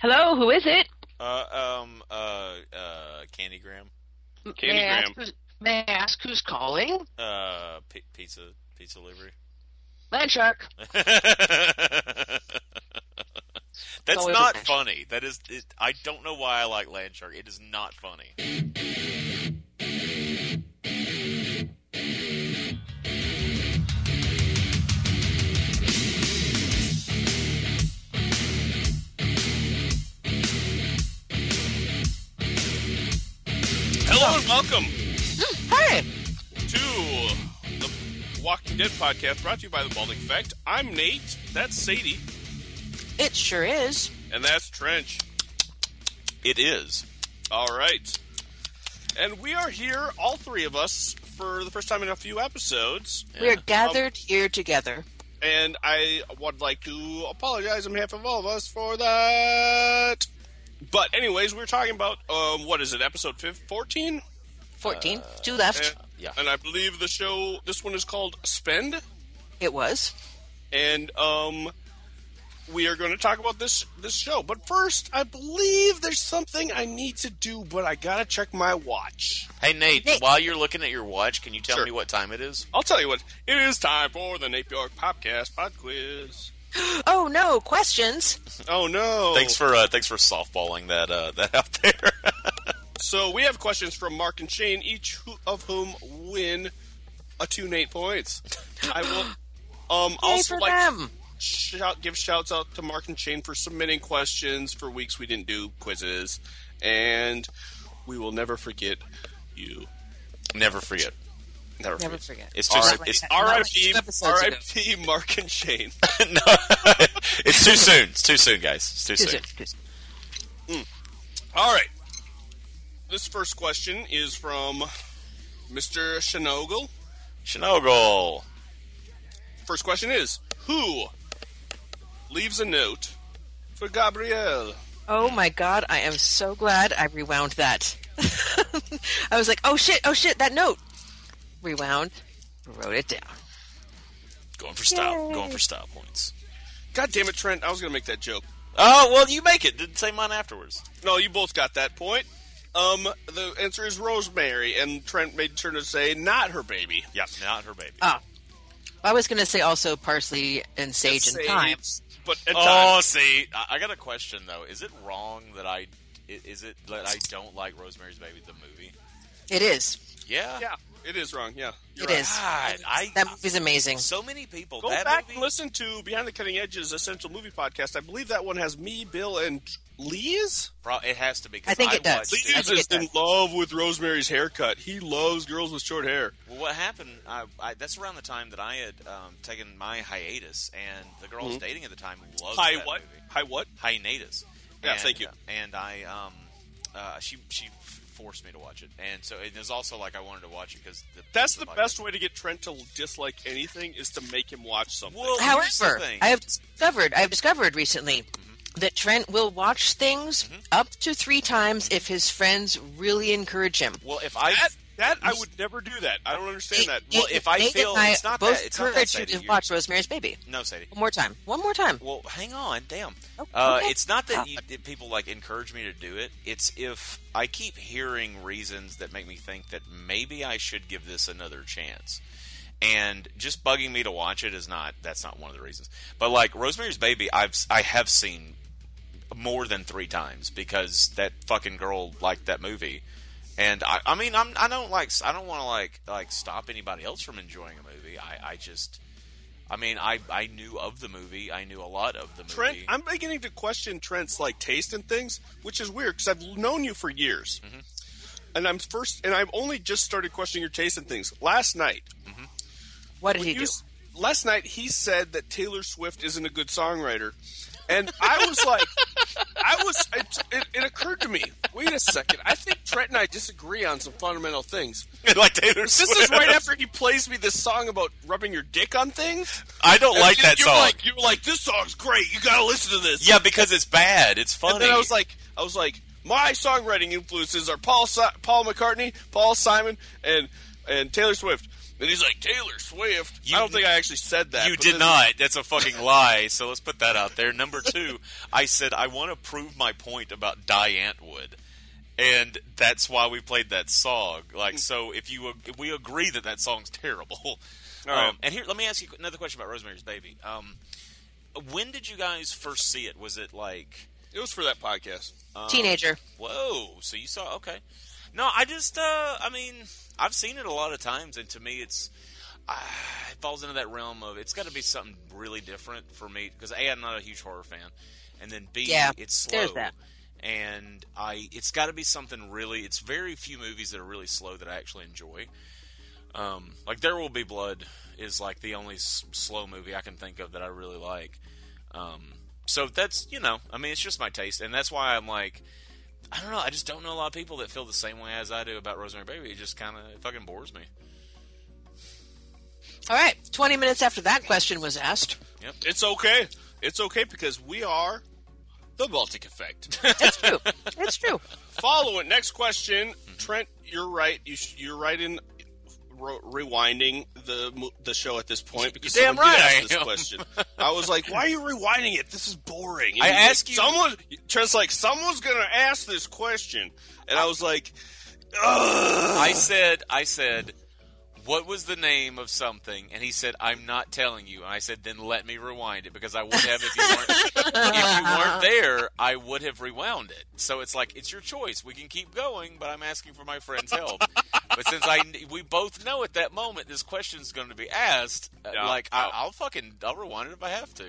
Hello, who is it? Uh, um, uh, uh, Candygram. May I, ask Candygram. who's, may I ask who's calling? Uh, pi pizza, pizza delivery. Land Shark. That's always a not passion. funny. That is, it, I don't know why I like Land Shark. It is not funny. Hello and welcome Hey, to the Walking Dead podcast brought to you by The Balding Effect. I'm Nate, that's Sadie, it sure is. and that's Trench. It is. All right. And we are here, all three of us, for the first time in a few episodes. We are gathered here together. And I would like to apologize on behalf of all of us for that. But, anyways, we we're talking about, um, what is it, episode 15, 14? 14. Two left. And, Yeah. and I believe the show, this one is called Spend. It was. and um, we are going to talk about this this show. But first, I believe there's something I need to do, but I gotta check my watch. Hey Nate, Nate. while you're looking at your watch, can you tell Sure. me what time it is? I'll tell you what, it is time for the Nate York Podcast Pod Quiz. Oh, no. Questions? Oh no! Thanks for uh, thanks for softballing that uh, that out there. So we have questions from Mark and Shane, each who- of whom win a two Nate points. I will. Um, Yay also for like them. shout, give shouts out to Mark and Shane for submitting questions for weeks we didn't do quizzes, and we will never forget you. Never forget. Never, Never forget. forget. It's too All s- right. it's, Not like R.I.P. two episodes ago. R.I.P. Mark and Shane. it's too soon. It's too soon, guys. It's too Two soon. seconds. All right. This first question is from Mr. Shinogle. Shinogle. First question is Who leaves a note for Gabrielle? Oh my god, I am so glad I rewound that. I was like, oh shit, oh shit, that note. Rewound, wrote it down. Going for style. Going for style points. God damn it, Trent. I was going to make that joke. Oh well, you make it. Didn't say mine afterwards. No, you both got that point. Um, the answer is Rosemary, and Trent made sure to say not her baby. Yeah, not her baby. Oh. I was going to say also parsley and sage and Sage, thyme. But at Oh, times. see, I, I got a question though. Is it wrong that I i- is it that I don't like Rosemary's Baby the movie? It is. Yeah, Yeah, it is wrong. Yeah. It is. God, I That movie's amazing. so many people Go that back movie. and listen to Behind the Cutting Edge's Essential Movie Podcast. I believe that one has me, Bill, and Lee's. Pro- it has to be. 'cause I think it does. watched Please. I Lee's think is it in love with Rosemary's haircut. He loves girls with short hair. Well, what happened? I, I, that's around the time that I had um, taken my hiatus, and the girl I was dating at the time loved Hi that what? movie. Hi what? Hiatus. Yeah, And- thank you. And I, um, uh, she she forced me to watch it, and so it was also like I wanted to watch it because That's the podcast- best way to get Trent to dislike anything is to make him watch something. Well, here's the However, thing. Mm-hmm. I have discovered I have discovered recently that Trent will watch things up to 3 times if his friends really encourage him. well, if I that, that I would never do that. I don't understand that. Well, if I Nate feel- and I it's not both that- it's not that, encourage Sadie, you to you're- watch Rosemary's Baby. no, Sadie, One more time. One more time. Well, hang on, damn. Okay. Uh, it's not that, you, that people like encourage me to do it. It's if I keep hearing reasons that make me think that maybe I should give this another chance. And just bugging me to watch it is not. That's not one of the reasons. But like Rosemary's Baby, I've s- I have seen more than three times because that fucking girl liked that movie. And I, I mean, I'm, I don't like, I don't want to like, like stop anybody else from enjoying a movie. I, I just, I mean, I, I knew of the movie. I knew a lot of the movie. Trent, I'm beginning to question Trent's like taste in things, which is weird because I've known you for years, Mm-hmm. and I'm first, and I've only just started questioning your taste in things last night. what did he you do? s- Last night he said that Taylor Swift isn't a good songwriter, And I was like, I was. It, it, it occurred to me. Wait a second. I think Trent and I disagree on some fundamental things. like Taylor This Swift. is right after he plays me this song about rubbing your dick on things. I don't like And that you're song. Like, you're like, this song's great. You gotta listen to this. yeah, because it's bad. It's funny. And then I was like, I was like, my songwriting influences are Paul si- Paul McCartney, Paul Simon, and and Taylor Swift. And he's like, Taylor Swift. You- I don't think I actually said that. You but did then- not. That's a fucking lie. So let's put that out there. Number two, I said I want to prove my point about Die Antwood, and that's why we played that song. Like, so if you ag- we agree that that song's terrible. right. Um, and here, let me ask you another question about Rosemary's Baby. Um, when did you guys first see it? Was it like? It was for that podcast. uh, Teenager. Whoa! So you saw okay. No, I just uh, I mean, I've seen it a lot of times, and to me, it's uh, it falls into that realm of it's got to be something really different for me because a I'm not a huge horror fan, and then b Yeah, it's slow. there's that. And I, it's got to be something really. It's very few movies that are really slow that I actually enjoy. Um, like There Will Be Blood is like the only s- slow movie I can think of that I really like. Um, so that's you know, I mean, it's just my taste, and that's why I'm like, I don't know. I just don't know a lot of people that feel the same way as I do about Rosemary Baby. It just kind of fucking bores me. All right. 20 minutes after that question was asked. It's okay. It's okay because we are the Baltic Effect. It's true. it's true. Following next question, Trent, you're right. You sh- you're right in re- rewinding the mo- the show at this point because damn someone did right ask I this am. question. I was like, why are you rewinding it? This is boring. And I he's like, ask you- someone. Trent's like, someone's gonna ask this question, and I was like, Ugh. I said, I said, what was the name of something? And he said, I'm not telling you. And I said, then let me rewind it because I would have if you weren't if you weren't there. I would have rewound it. So it's like it's your choice. We can keep going, but I'm asking for my friend's help. but since I we both know at that moment this question's going to be asked, uh, Yeah. like I, I'll fucking I'll rewind it if I have to.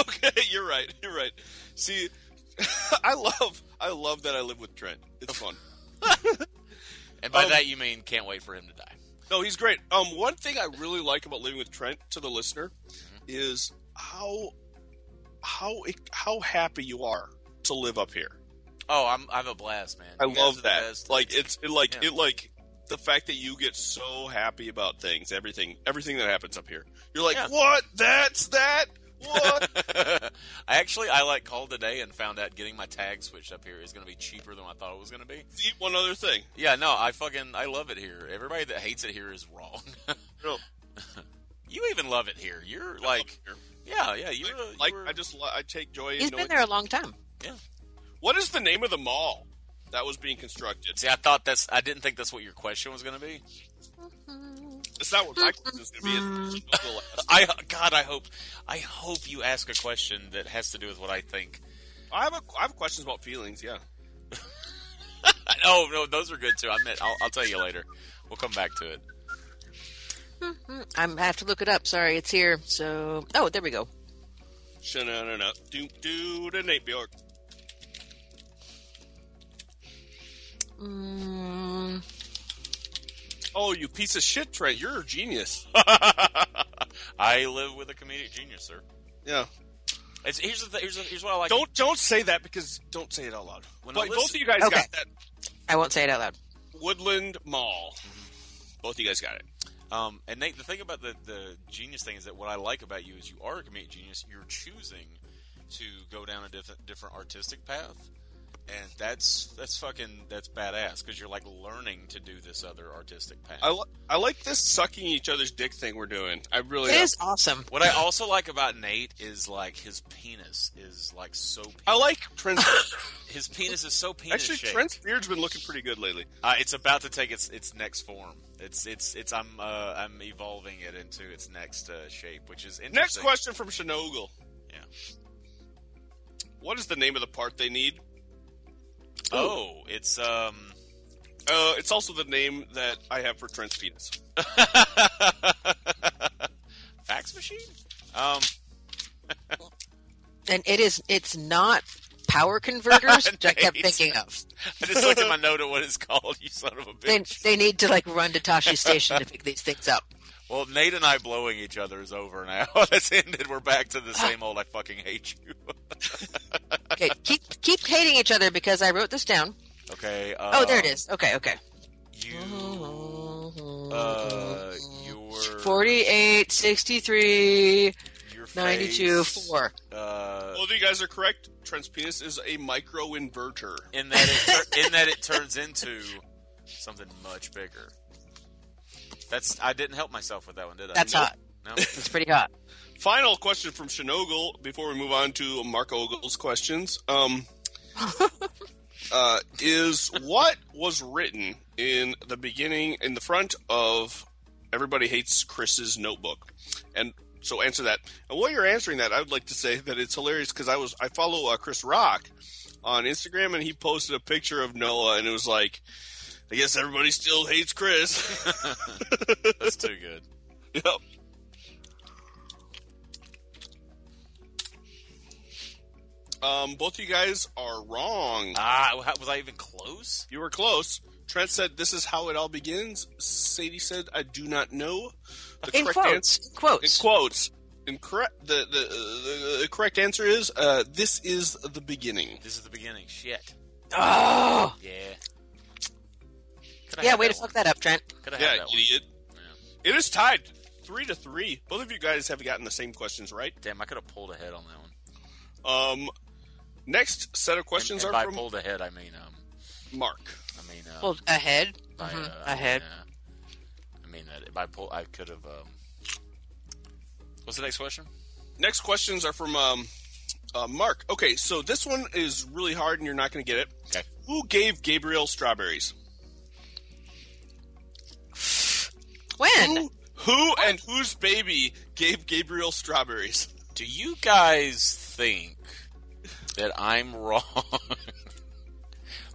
okay, you're right. You're right. See, I love I love that I live with Trent. It's fun. And by Um, that you mean can't wait for him to die. No, he's great. Um, one thing I really like about living with Trent to the listener Mm-hmm. is how how how happy you are to live up here. Oh, I'm I have a blast, man. I You guys are love the that. best. Like it's it, like Yeah. it like the fact that you get so happy about things, everything everything that happens up here. You're like, Yeah. what? That's that. What? I actually I like called today and found out getting my tag switched up here is going to be cheaper than I thought it was going to be. See, one other thing. Yeah, no, I fucking I love it here. Everybody that hates it here is wrong. No, you even love it here. You're like, uh, here. yeah, yeah, you're a- like you're a- I just li- I take joy in He's knowing. been there a long time. yeah. What is the name of the mall that was being constructed? See, I thought that's I didn't think that's what your question was going to be. It's not what my Mm-hmm. question is going to be. It's the last. I God, I hope I hope you ask a question that has to do with what I think. I have a, I have questions about feelings. Yeah. Oh no, those are good too. I meant I'll, I'll tell you later. We'll come back to it. I'm, I have to look it up. Sorry, it's here. So, oh, there we go. Shanana do do to Nate Bjork. Mm, Oh, you piece of shit, Trent! You're a genius. I live with a comedic genius, sir. yeah. It's, here's the th- here's the, here's what I like. Don't don't say that because don't say it out loud. When I but both of listen- you guys Okay. got that I won't say it out loud. Woodland Mall. Both of you guys got it. Um, and Nate, the thing about the, the genius thing is that what I like about you is you are a comedic genius. You're choosing to go down a diff- different artistic path, and that's that's fucking that's badass because you're like learning to do this other artistic path. I, li- I like this sucking each other's dick thing we're doing. I really. It am. is awesome. what I also like about Nate is like his penis is like so. Pe- I like Trent's. his penis is so penis Oh. actually, shaped. Trent's beard's been looking pretty good lately. Uh, it's about to take its its next form. It's it's it's I'm uh, I'm evolving it into its next uh, shape, which is interesting. Next question from Shinogle. Yeah. What is the name of the part they need? Oh, it's um. Uh, it's also the name that I have for Trent's penis. fax machine? Um, And it is, it's not power converters, which I kept Nice. thinking of. I just looked at my note at what it's called. You son of a They, bitch. they need to like run to Tashi Station to pick these things up. Well, Nate and I blowing each other is over now. That's ended. We're back to the same old. I fucking hate you. Okay, keep keep hating each other because I wrote this down. okay. Uh, Oh, there it is. Okay, okay. You. Uh, your 48, 63, your face, 92, 4. Uh, Both of you guys are correct. Transpenis is a microinverter. in that it tur- in that it turns into something much bigger. That's I didn't help myself with that one, did I? That's hot. No. It's pretty hot. Final question from Shinogle before we move on to Mark Ogle's questions. Um, uh, is what was written in the beginning, in the front of Everybody Hates Chris's notebook? And so answer that. And while you're answering that, I would like to say that it's hilarious because I was I follow uh, Chris Rock on Instagram and he posted a picture of Noah and it was like, I guess everybody still hates Chris. That's too good. yep. Um, both of you guys are wrong. Ah, wa- was I even close? You were close. Trent said, "This is how it all begins." Sadie said, "I do not know." The In correct quotes. ans- In quotes. In quotes. Incorrect. The, the uh, the the correct answer is, uh, "This is the beginning." This is the beginning. Shit. Oh! Yeah. Could I Yeah, have way that to fuck that up, Trent. Could I have Yeah, that one? idiot. It is tied three to three. Both of you guys have gotten the same questions right. Damn, I could have pulled ahead on that one. Um, next set of questions and, and are by from pulled ahead, I mean, um, Mark. I mean, uh, Pulled ahead. by, Mhm, uh, ahead. I mean, uh, I mean that by pull, I could have. Um, what's the next question? Next questions are from um, uh, Mark. Okay, so this one is really hard, and you're not going to get it. Okay. Who gave Gabriel strawberries? When? Who, who and whose baby gave Gabriel strawberries? Do you guys think that I'm wrong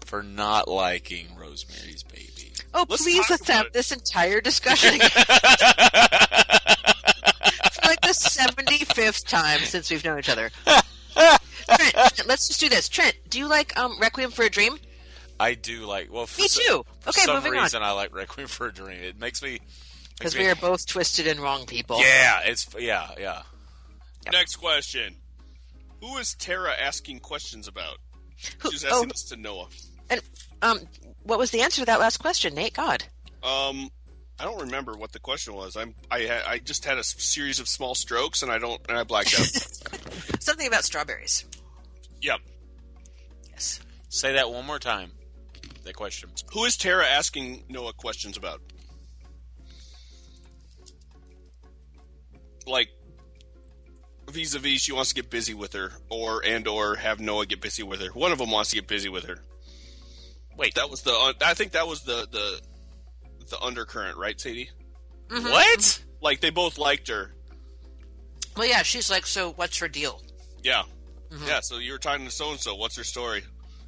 for not liking Rosemary's Baby? Oh, Let's please talk let's about have it. this entire discussion again. For like the 75th time since we've known each other. Trent, Trent, let's just do this. Trent, do you like um, Requiem for a Dream? I do like. Well, for Me so- too. For Okay, some moving on. reason, I like Requiem for a Dream. It makes me Because makes me- we are both twisted and wrong people. Yeah, it's yeah, yeah. Next question. Who is Tara asking questions about? Who- She's oh, asking this to Noah. and um, what was the answer to that last question, Nate? God. Um, I don't remember what the question was. I'm I ha- I just had a s- series of small strokes, and I don't and I blacked out. Something about strawberries. yep. Yes. Say that one more time. That question. Who is Tara asking Noah questions about? Like vis-a-vis she wants to get busy with her or and or have Noah get busy with her. One of them wants to get busy with her. Wait, That was the uh, I think that was the the the undercurrent, right, Sadie? Mm-hmm. what? Like they both liked her. Well, yeah, she's like, so what's her deal? Yeah. Mm-hmm. Yeah, so you were talking to so and so, what's her story?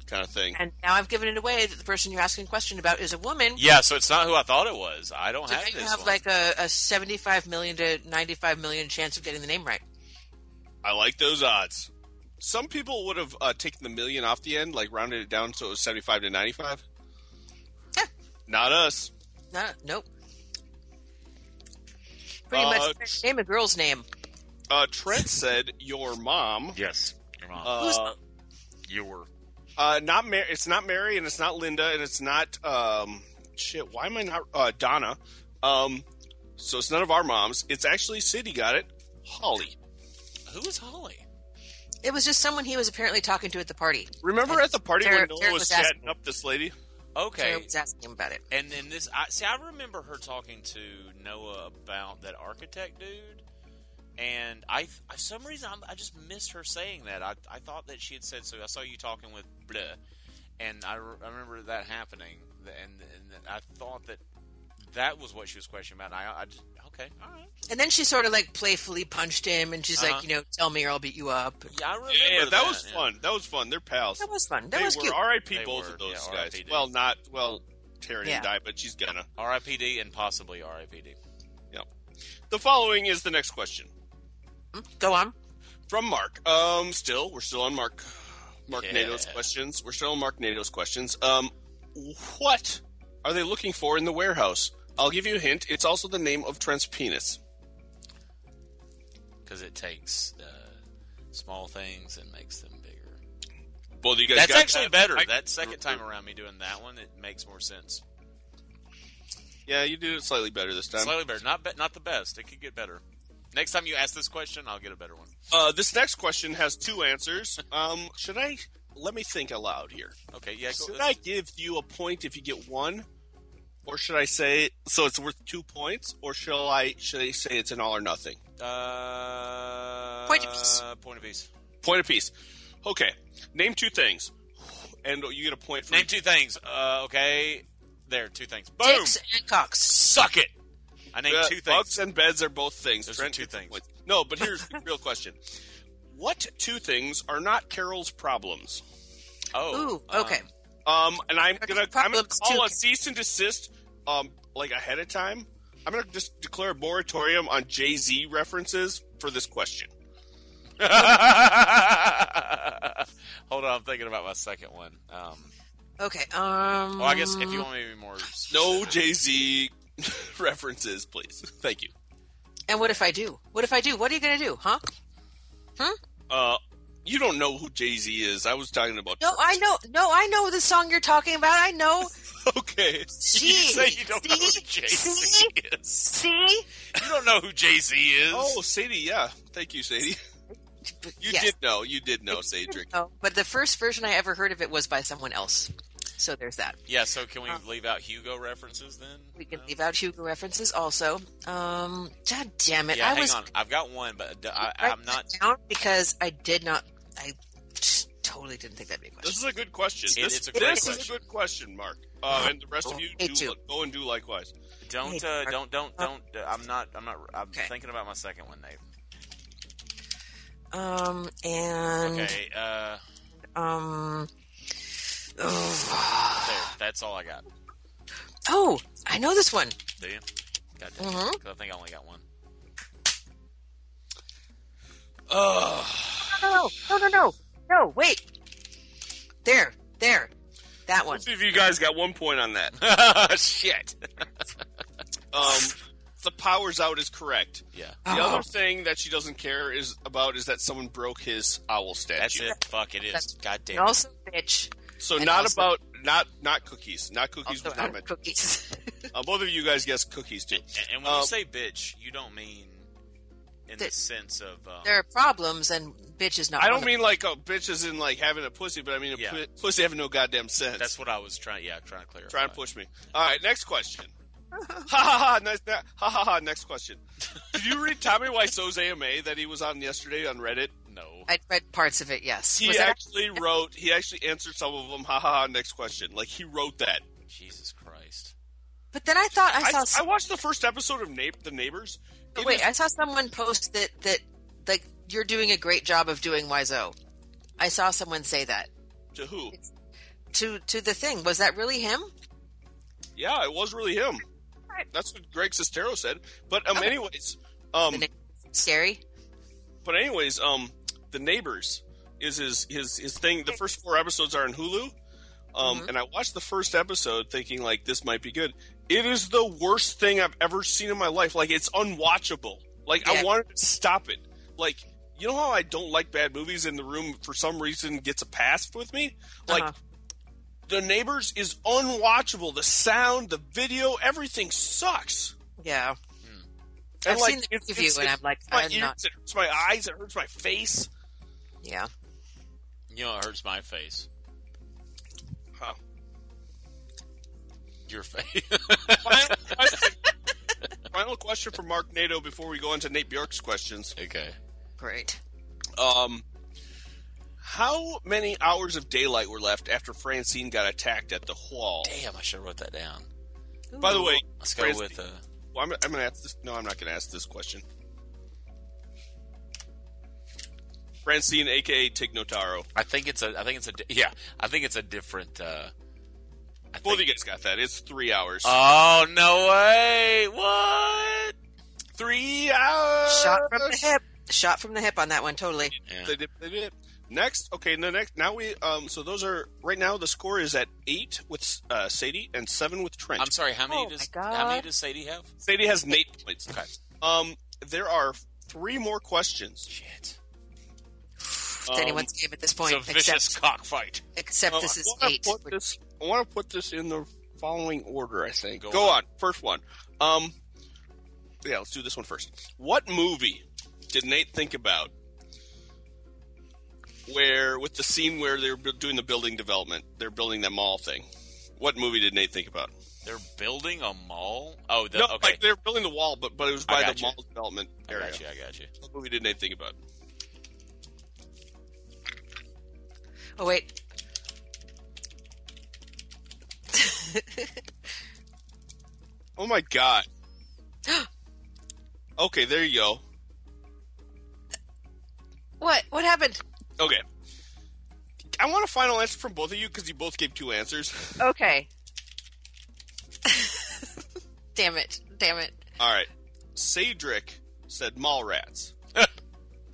kind of thing. And now I've given it away that the person you're asking a question about is a woman. Yeah, so it's not who I thought it was. I don't So now have you this have one. like a, a 75 million to 95 million chance of getting the name right. I like those odds. Some people would have uh, taken the million off the end, like rounded it down so it was 75 to 95. Yeah. Not us. No, nope. Pretty Uh, much name a girl's name. Uh, Trent said your mom. yes, your mom. Uh, you were. uh, not Mar- it's not Mary and it's not Linda and it's not um shit. Why am I not uh, Donna? Um, so it's none of our moms. It's actually City got it. Holly. Who is Holly? It was just someone he was apparently talking to at the party. Remember at the party Tara- when Noah Tara was, was chatting asking. up this lady? Okay, Tara was asking him about it. and then this. I see. I remember her talking to Noah about that architect dude, and I, I- for some reason, I'm, I just missed her saying that. I, I thought that she had said so. I saw you talking with blah, and I, re- I remember that happening, and, and I thought that that was what she was questioning about. And I, I just, okay, all right. And then she sort of like playfully punched him and she's Uh-huh. like, you know, tell me or I'll beat you up. Yeah, I remember. Yeah, that, was yeah. fun. That was fun. They're pals. That was fun. That they was were cute. R.I.P. They both were, of those yeah, guys. RIP, dude. Well, not well. Tara Yeah. didn't die, but she's gonna. R.I.P.D. and possibly R.I.P.D. Yep. The following is the next question Go on. from Mark. Um, still, we're still on Mark. Mark Yeah. NATO's questions. We're still on Mark NATO's questions. Um, what are they looking for in the warehouse? I'll give you a hint. It's also the name of Trent's penis. because it takes uh, small things and makes them bigger. Well, you guys That's got actually that? better. I- that second time around, me doing that one, it makes more sense. Yeah, you did it slightly better this time. Slightly better, not be- not the best. It could get better. Next time you ask this question, I'll get a better one. Uh, this next question has two answers. Um, should I let me think aloud here? Okay, yeah, go, uh, Should I give you a point if you get one, or should I say so it's worth two points, or shall I should I say it's an all or nothing? uh, Point of peace. Point of peace. Point apiece. Okay, name two things, and you get a point. For Name two things. Uh, okay, there, two things. Boom. Dicks and cocks. Suck it. I named Uh, two Bugs things. and beds are both things. Those are Trent two gets a things. point. No, but here's the real question: What two things are not Carol's problems? Oh, Ooh, uh, okay. um, Um, and I'm gonna I'm gonna problems call too. a cease and desist. Um, like ahead of time, I'm gonna just declare a moratorium on Jay Z references for this question. Hold on, I'm thinking about my second one. Um, Okay. Um. well, I guess if you want me to be more No specific. Jay Z references, please. Thank you. And what if I do? What if I do? What are you gonna do, huh? Uh, you don't know who Jay Z is. I was talking about. No, I know. No, I know the song you're talking about. I know. Okay. See, You say you don't see, know who Jay Z see, is. see. You don't know who Jay Z is. Oh, Sadie. Yeah. Thank you, Sadie. You Yes. did know. You did know, Sadric. Oh, but the first version I ever heard of it was by someone else. So there's that. Yeah, so can Uh. we leave out Hugo references then? We can leave out Hugo references also. Um, God damn it! Yeah, I hang was on. I've got one, but d- I, writing am not. that down because I did not. I just totally didn't think that'd be a question. This is a good question. It- this it's a this great is a question. good question, Mark. Uh, and the rest of you Me do, too. li- go and do likewise. Don't, uh, don't, don't, don't. Uh, I'm not. I'm not. I'm Okay. thinking about my second one, Nate. Um, and Okay. Uh, um, there. That's all I got. oh, I know this one. Do you? God damn. Mm-hmm. 'Cause I think I only got one. No, no, no, no, no. Wait, there, there, that one. See if you guys got one point on that. Shit. Um, the powers out is correct. Yeah. The Oh. other thing that she doesn't care is about is that someone broke his owl statue. That's it. Fuck. It is. God damn. And also, bitch. So And not also- about not not cookies. Not cookies Also, was not out of mentioned. cookies. Uh, both of you guys guessed cookies too. And, and when Um, you say bitch, you don't mean in the Uh. Th- sense of. Um, there are problems, and bitch is not. I one don't of mean like a bitch is in like having a pussy, but I mean a Yeah. pu- pussy having no goddamn sense. that's what I was trying. Yeah, trying to clarify. trying to push me. All right, next question. ha ha ha! Next, ha ha ha! Next question. Did you read Tommy Wiseau's AMA that he was on yesterday on Reddit? No. I read parts of it. Yes. He Was that- actually wrote. He actually answered some of them. Ha ha ha! Next question. Like he wrote that. Jesus Christ. but then I thought I I, saw. I some- watched the first episode of Na- The Neighbors. It wait, is- I saw someone post that that like you're doing a great job of doing Wiseau. I saw someone say that to who? to to the thing. Was that really him? Yeah, it was really him. That's what Greg Sestero said. But um, anyways, um, The name- Scary. but anyways, um, the neighbors is his his his thing. The first four episodes are in Hulu, um, Mm-hmm. and I watched the first episode thinking like this might be good. It is the worst thing I've ever seen in my life. Like it's unwatchable. Like I Yeah. wanted to stop it. Like you know how I don't like bad movies, and the room for some reason gets a pass with me. Like Uh-huh. the neighbors is unwatchable. The sound, the video, everything sucks. Yeah. hmm. And, I've like, seen the it's- preview it's- and it I'm like, hurts my I'm ears, not. It hurts my eyes. It hurts my face. Yeah. You know, it hurts my face. Huh. Your face. Final, question- final question for Mark Nato before we go into Nate Bjork's questions. okay. Great. Um, how many hours of daylight were left after Francine got attacked at the wall? Damn, I should have wrote that down. By the way, Let's go Francine- with. Uh, well, I'm, I'm going to ask this. No, I'm not going to ask this question. Francine, aka Tignotaro. I think it's a. I think it's a. di- Yeah, I think it's a different. Uh, I Both think, of you guys got that. It's three hours. oh no way! What? three hours. Uh, Shot from the hip. Shot from the hip on that one. Totally. Yeah. They did- they did. Next, okay, the next now we um so those are right now the score is at eight with uh, Sadie and seven with Trent. I'm sorry. How many Oh, does my how many God. does Sadie have? Sadie has eight points. Okay. Um, there are three more questions. Shit. Um, It's anyone's game at this It's point. a vicious except, cockfight. except well, this is Uh, I wanna eight. Put this, I want to put this in the following order. I think. Go Go, on. on. First one. Um, yeah, let's do this one first. What movie did Nate think about? Where with the scene where they're bu- doing the building development, they're building that mall thing. What movie did Nate think about? They're building a mall. Oh, the, no, okay. like they're building the wall, but but it was I by the got you. mall development I area. got you. I got you. What movie did Nate think about? oh wait, Oh my god. okay, there you go. what? What happened? Okay. I want a final answer from both of you because you both gave two answers. Okay. damn it! Damn it! All right. Cedric said mall rats.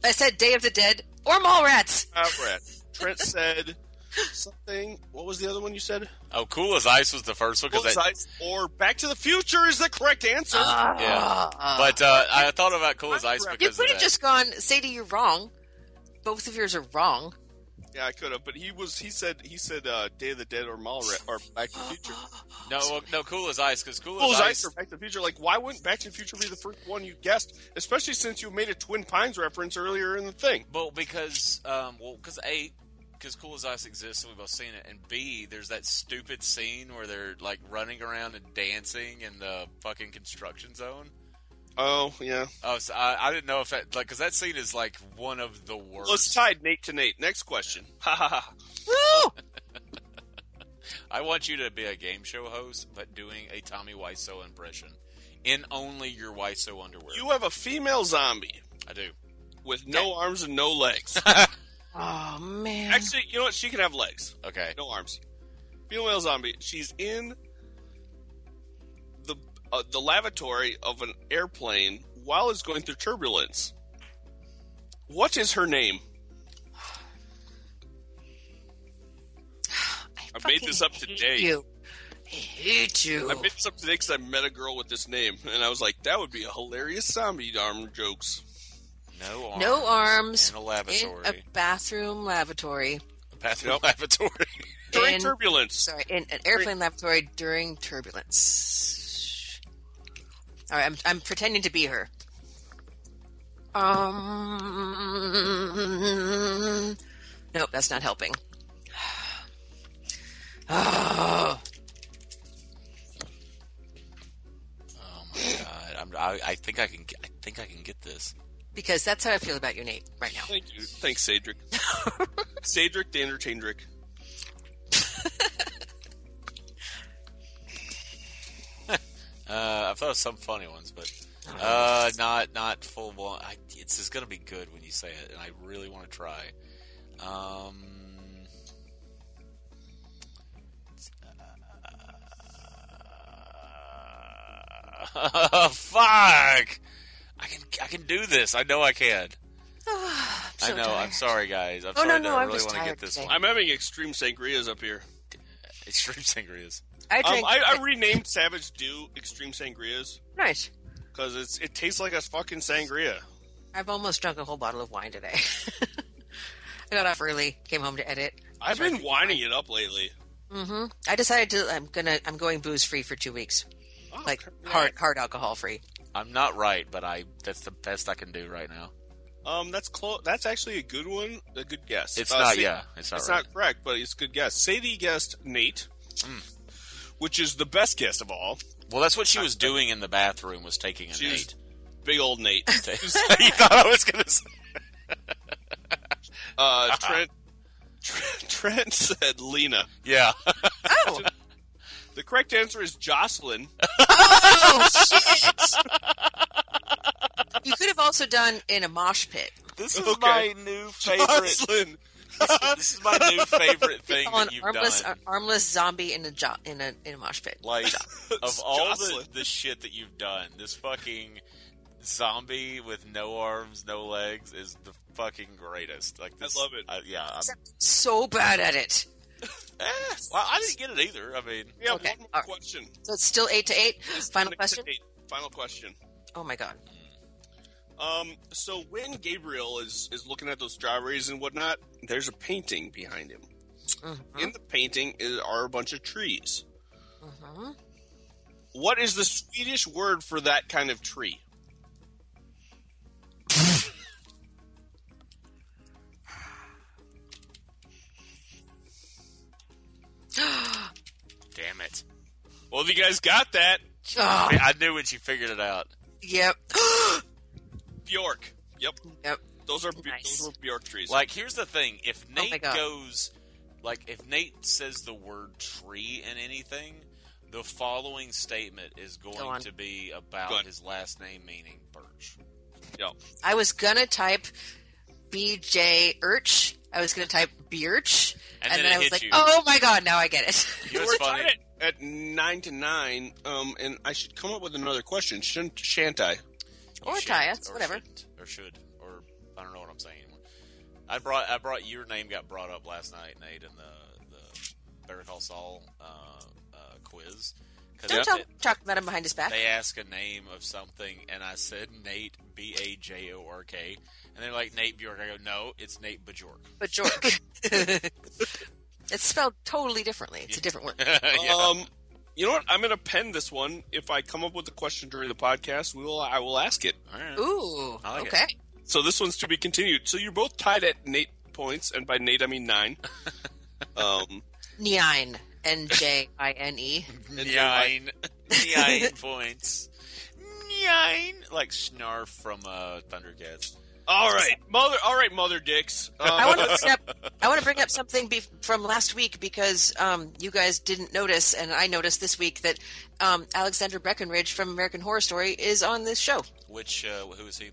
I said Day of the Dead or Mall Rats. Mall rats. Trent said something. What was the other one you said? Oh, cool as ice was Ah. the first one because Bullseyes or Back to the Future is the correct answer. yeah. But uh, I thought about cool as ice You You because could of have that. just gone, Sadie. You're wrong. Both of yours are wrong. yeah, I could have, but he was. He said he said uh, Day of the Dead or mall rat or Back to the Future. no well, no cool as ice because cool as Bullseye ice. or Back to the Future. Like, why wouldn't Back to the Future be the first one you guessed? Especially since you made a Twin Pines reference earlier in the thing. Well, because um, well, because a, because Cool as Ice exists and we've both seen it, and b, there's that stupid scene where they're like running around and dancing in the fucking construction zone. Oh yeah. Oh, so I, I didn't know if that like because that scene is like one of the worst. Well, it's tied Nate to Nate. Next question. Ha ha ha. I want you to be a game show host, but doing a Tommy Wiseau impression in only your Wiseau underwear. You have a female zombie I do. with no arms and no legs. Oh man. Actually, you know what? She can have legs, Okay. no arms. Female zombie. She's in the uh, the lavatory of an airplane while it's going through turbulence. What is her name? I made this up today. You. I hate you. I made this up today because I met a girl with this name, and I was like, "That would be a hilarious zombie arm jokes." No arms. no arms In a lavatory. in a bathroom lavatory. bathroom lavatory. During In- turbulence, Sorry, in an airplane lavatory during turbulence. All right, I'm, I'm pretending to be her. Um, nope, that's not helping. Oh, oh my god! I'm, I, I think I can. get- I think I can get this. because that's how I feel about you, Nate, right now. Thank you. Thanks, Cedric. Cedric the Entertaindrick. Uh, I've thought of some funny ones, but uh, not not full blown. I, it's just gonna be good when you say it, and I really want to try. Um, fuck! I can I can do this. I know I can. I know. I'm sorry, guys. I'm Oh, sorry no, that no, I I'm really just want to get tired this today. one. I'm having extreme sangrias up here. Extreme sangrias. I Um, drink. I, I renamed Savage Dew extreme sangrias nice. because it's it tastes like a fucking sangria. I've almost drunk a whole bottle of wine today. I got off early, came home to edit. I've been winding it up lately. hmm I decided to. I'm gonna. I'm going booze free for two weeks, Oh, like crap. hard hard alcohol free. I'm not right, but I that's the best I can do right now. Um, that's close. That's actually a good one. A good guess. It's Uh, not. Sa- yeah, it's not it's right. not correct, but it's a good guess. Sadie guessed Nate, Mm. which is the best guess of all. Well, that's what she was doing in the bathroom was taking a She was- date. Big old Nate. you thought I was gonna say. Uh, Trent, Trent. Trent said Lena. Yeah. The correct answer is Jocelyn. Oh shit! you could have also done in a mosh pit. This is Okay. my new favorite. Jocelyn. this is my new favorite thing An that you've armless done. a- armless zombie in a jo- in a in a mosh pit. like of all the, Jocelyn. the shit that you've done, this fucking zombie with no arms, no legs is the fucking greatest. Like this, love it. yeah, I'm, So bad at it. eh, well, I didn't get it either. I mean, We have Okay. one more All right. question. So it's still eight to eight. Final Next question. date. Final question. Oh my god. Um, so when Gabriel is is looking at those strawberries and whatnot, there's a painting behind him. Mm-hmm. In the painting is, are a bunch of trees. Mm-hmm. What is the Swedish word for that kind of tree? damn it! Well, if you guys got that, Ah, I, I knew when she figured it out. yep. Bjork. Yep, yep. those are Bj- Nice. those were Bjork trees. Like, here's the thing: if my Nate God. goes, like, if Nate says the word tree in anything, the following statement is going on. to be about Go on. his last name meaning birch. yep. I was gonna type BJ Urch. I was gonna type Beerch. And then And, then, it I was hit like, you. oh my god, now I get it. You know what's funny? at nine to nine. Um, and I should come up with another question, shouldn't, shan't I? or Should, Tyus, or whatever. shouldn't, or should, or I don't know what I'm saying anymore. I brought, I brought your name got brought up last night, Nate, in the the Better Call Saul uh, uh, quiz. 'Cause Don't they- talk, talk about him behind his back. they ask a name of something, and I said Nate B A J O R K, and they're like Nate Bjork. I go, no, it's Nate Bjork. But Jork. it's spelled totally differently. It's a different word. Oh, Um, you know what? I'm going to pen this one. If I come up with a question during the podcast, we will I will ask it. Ooh. I like it. okay. So this one's to be continued. So you're both tied at Nate points, and by Nate I mean nine. um, Nine. N J I N E. Nine, nine points. Nine, like Snarf from uh, Thundercats. all right, mother. All right, mother dicks. I Um, want to bring up. I want to bring up something be- from last week because um, you guys didn't notice, and I noticed this week that um, Alexander Breckenridge from American Horror Story is on this show. Which uh, who is he?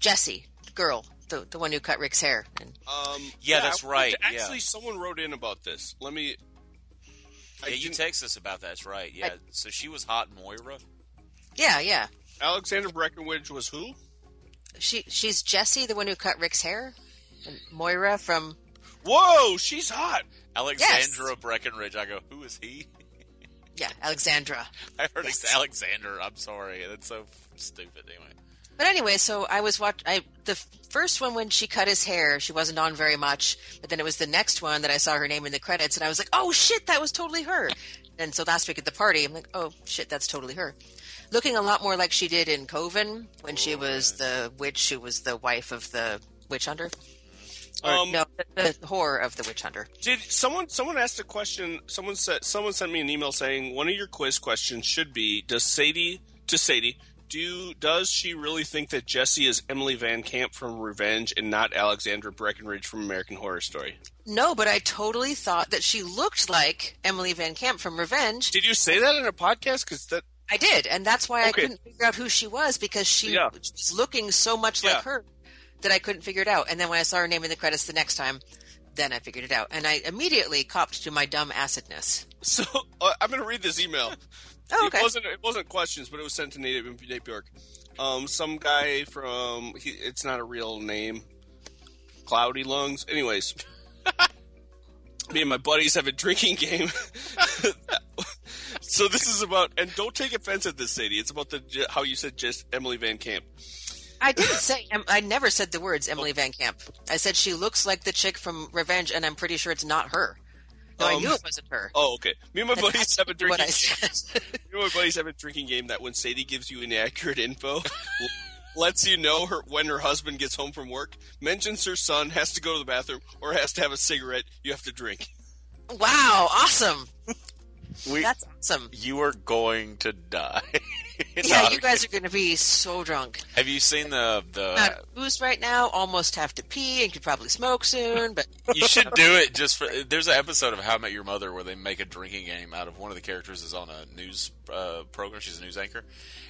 Jesse, girl, the the one who cut Rick's hair. And um, Yeah, that's I wanted to- right, yeah. Actually, someone wrote in about this. Let me. I Yeah, you didn't- text us about that. That's right. Yeah. so she was hot Moira. yeah, yeah. Alexander Breckenridge was who? She she's Jesse, the one who cut Rick's hair, and Moira from. Whoa, she's hot. Alexandra Breckenridge. I go, who is he? Yeah, Alexandra. I heard it's Alexander. I'm sorry. That's so f- stupid. Anyway. But anyway, so I was watch. I the f- first one when she cut his hair, she wasn't on very much. But then it was the next one that I saw her name in the credits, and I was like, "Oh shit, that was totally her." And so last week at the party, I'm like, "Oh shit, that's totally her." Looking a lot more like she did in Coven when she was the witch who was the wife of the witch hunter. Or, Um, no, the, the horror of the witch hunter. Did someone someone asked a question? Someone said someone sent me an email saying one of your quiz questions should be: Does Sadie to Sadie do does she really think that Jesse is Emily Van Camp from Revenge and not Alexandra Breckenridge from American Horror Story? No, but I totally thought that she looked like Emily Van Camp from Revenge. Did you say that in a podcast? Because that I did, and that's why I Okay. couldn't figure out who she was because she Yeah. was looking so much Yeah. like her that I couldn't figure it out. And then when I saw her name in the credits the next time, then I figured it out, and I immediately copped to my dumb acidness. so uh, I'm going to read this email. Oh, okay. It wasn't it wasn't questions, but it was sent to Nate, Nate Bjork. Um, some guy from he, it's not a real name. Cloudy lungs. Anyways, me and my buddies have a drinking game. so this is about and don't take offense at this, Sadie. It's about the how you said just Emily Van Camp. I didn't say em- I never said the words Emily Van Camp. I said she looks like the chick from Revenge, and I'm pretty sure it's not her. No, I Um, knew it wasn't her. Oh, okay. Me and my That's buddies have a what drinking I game. said. You know, my buddies have a drinking game that when Sadie gives you inaccurate info, l- lets you know her when her husband gets home from work, mentions her son has to go to the bathroom or has to have a cigarette. You have to drink. wow, awesome! We, That's awesome. you are going to die. Yeah, you guys are going to be so drunk. Have you seen the Not the? a boost right now. Almost have to pee and could probably smoke soon, but You should do it just for. There's an episode of How I Met Your Mother where they make a drinking game out of one of the characters is on a news uh, program. She's a news anchor,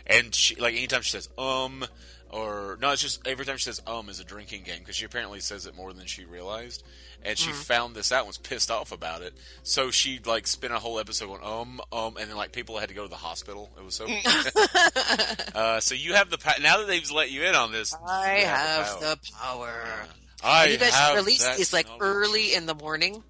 and she like anytime she says um or no, it's just every time she says um is a drinking game because she apparently says it more than she realized, and Mm-hmm. she found this out and was pissed off about it. So she like spent a whole episode on um um, and then like people had to go to the hospital. It was so. uh, so you have the pa- now that they've let you in on this. I you have power. the power. I you guys have release that these like knowledge. early in the morning,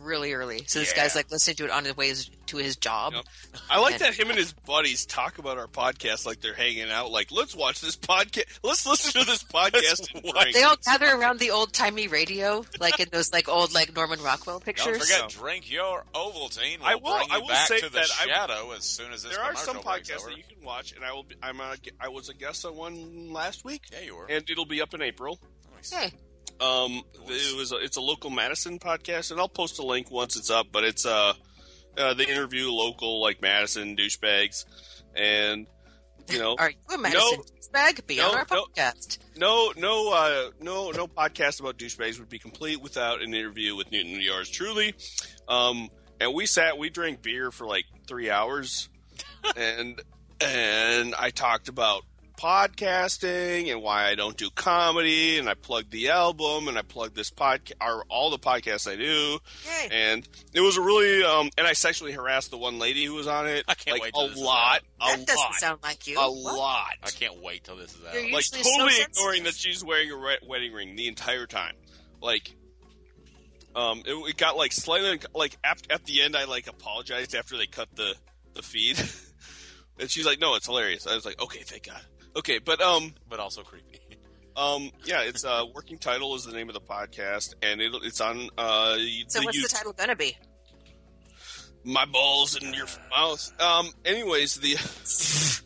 really early. So this guy's Yeah. like listening to it on his way to his job. Yep. I like that him and his buddies talk about our podcast like they're hanging out. Like, let's watch this podcast. Let's listen to this podcast and drink. They all gather around the old timey radio, like in those like old like Norman Rockwell Don't pictures. forget, drink your Ovaltine. We'll I will- bring you I will back say to the that I- shadow as soon as this there are commercial some breaks podcasts over. that you can watch, and I will. Be, I'm a, I was a guest on one last week, Yeah, you were. and it'll be up in April. Nice. Hey, Um, it was a, it's a local Madison podcast, and I'll post a link once it's up. But it's uh, uh they interview local like Madison douchebags, and you know, are you a Madison douchebag? Be on No, our no. podcast. no, no, uh, no, no podcast about douchebags would be complete without an interview with Newton and yours truly. Um, and we sat, we drank beer for like three hours, and and I talked about podcasting and why I don't do comedy, and I plugged the album, and I plugged this podcast, or all the podcasts I do, Yay. and it was a really, um, and I sexually harassed the one lady who was on it, I can't like wait till this a is lot, a that doesn't lot, sound like you. a What? lot I can't wait till this is out. You're like usually totally so ignoring sensitive. that she's wearing a re- wedding ring the entire time. Like, um, it, it got like slightly like at, at the end. I like apologized after they cut the the feed, and she's like, "No, it's hilarious." I was like, "Okay, thank God." Okay, but um, but also creepy. um, yeah, it's uh, working title is the name of the podcast, and it, it's on uh, So the what's YouTube the title gonna be? my balls in your mouth. Um. Anyways, the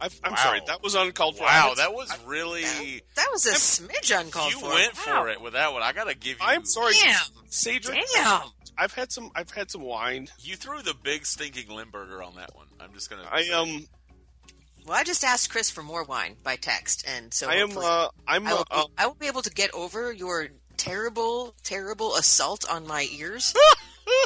i I'm Wow. sorry, that was uncalled for. Wow, that was really. That was a smidge uncalled You for. went Wow. for it with that one. I gotta give you. I'm sorry, Damn. Cedric. Damn. I've had some. I've had some wine. You threw the big stinking Limburger on that one. I'm just gonna. I say. am. Well, I just asked Chris for more wine by text, and so I am. hopefully- Uh, I'm. I, Uh, will be, I will be able to get over your terrible, terrible assault on my ears. uh,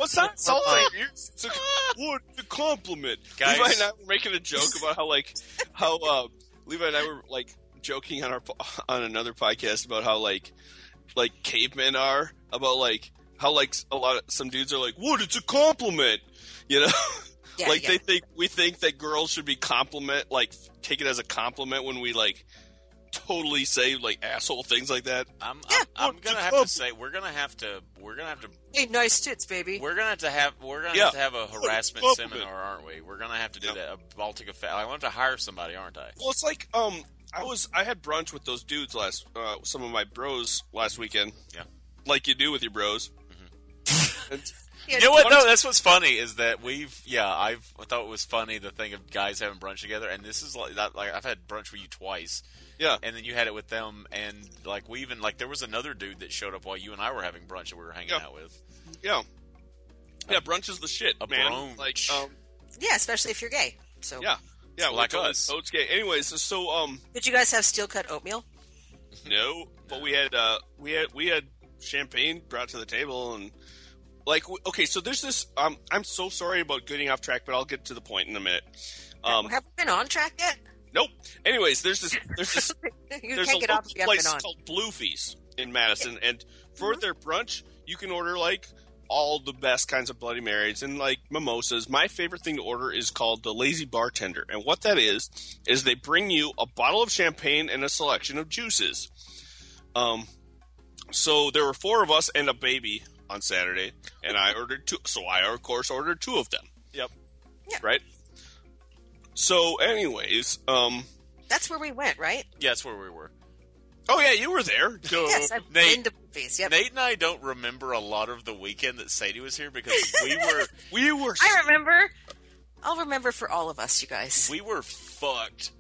what's that sound like? It's a, what a compliment, Guys. Levi and I were making a joke about how like how uh, Levi and I were like joking on our po- on another podcast about how like like cavemen are about like how like a lot of some dudes are like what it's a compliment, you know. Yeah, like yeah. they think we think that girls should be compliment like take it as a compliment when we like totally say like asshole things like that. I'm. Yeah. I'm, I'm What gonna the have fuck? to say we're gonna have to. We're gonna have to. Hey, nice tits, baby. We're gonna have to have. We're gonna Yeah. have to have a harassment Fuck with it. seminar, aren't we? We're gonna have to do Yeah. that. A Baltic effect. I want to hire somebody, aren't I? Well, it's like um, I was I had brunch with those dudes last uh, some of my bros last weekend. Yeah. Mm-hmm. like you do with your bros. And- Yeah, You know what? No, that's what's funny is that we've yeah. I've I thought it was funny the thing of guys having brunch together, and this is like that. Like I've had brunch with you twice, yeah, and then you had it with them, and like we even like there was another dude that showed up while you and I were having brunch that we were hanging Yeah. out with. yeah, yeah. Brunch is the shit, Um, A man. brunch. Like um, Yeah, especially if you're gay. So, yeah, yeah, Like we're totally us. Oats gay. Anyways, so, so um, did you guys have steel cut oatmeal? Mm-hmm. no, but we had uh, we had we had champagne brought to the table and. Like w- okay, so there's this. Um, I'm so sorry about getting off track, but I'll get to the point in a minute. Um, Have we been on track yet? nope. Anyways, there's this. There's this You there's can't a get off local if you haven't place been on. Mm-hmm. called Bluefeast in Madison, and for their brunch, you can order like all the best kinds of Bloody Marys and like mimosas. My favorite thing to order is called the Lazy Bartender, and what that is is they bring you a bottle of champagne and a selection of juices. Um, so there were four of us and a baby on Saturday, and I ordered two. So I of course ordered two of them. Yep. Yeah. Right. So, anyways, um, That's where we went, right? Yeah, that's where we were. oh yeah, you were there. Yes, I've Nate- been to movies. Yep. Nate and I don't remember a lot of the weekend that Sadie was here because we were We were. I remember. I'll remember for all of us, you guys. we were fucked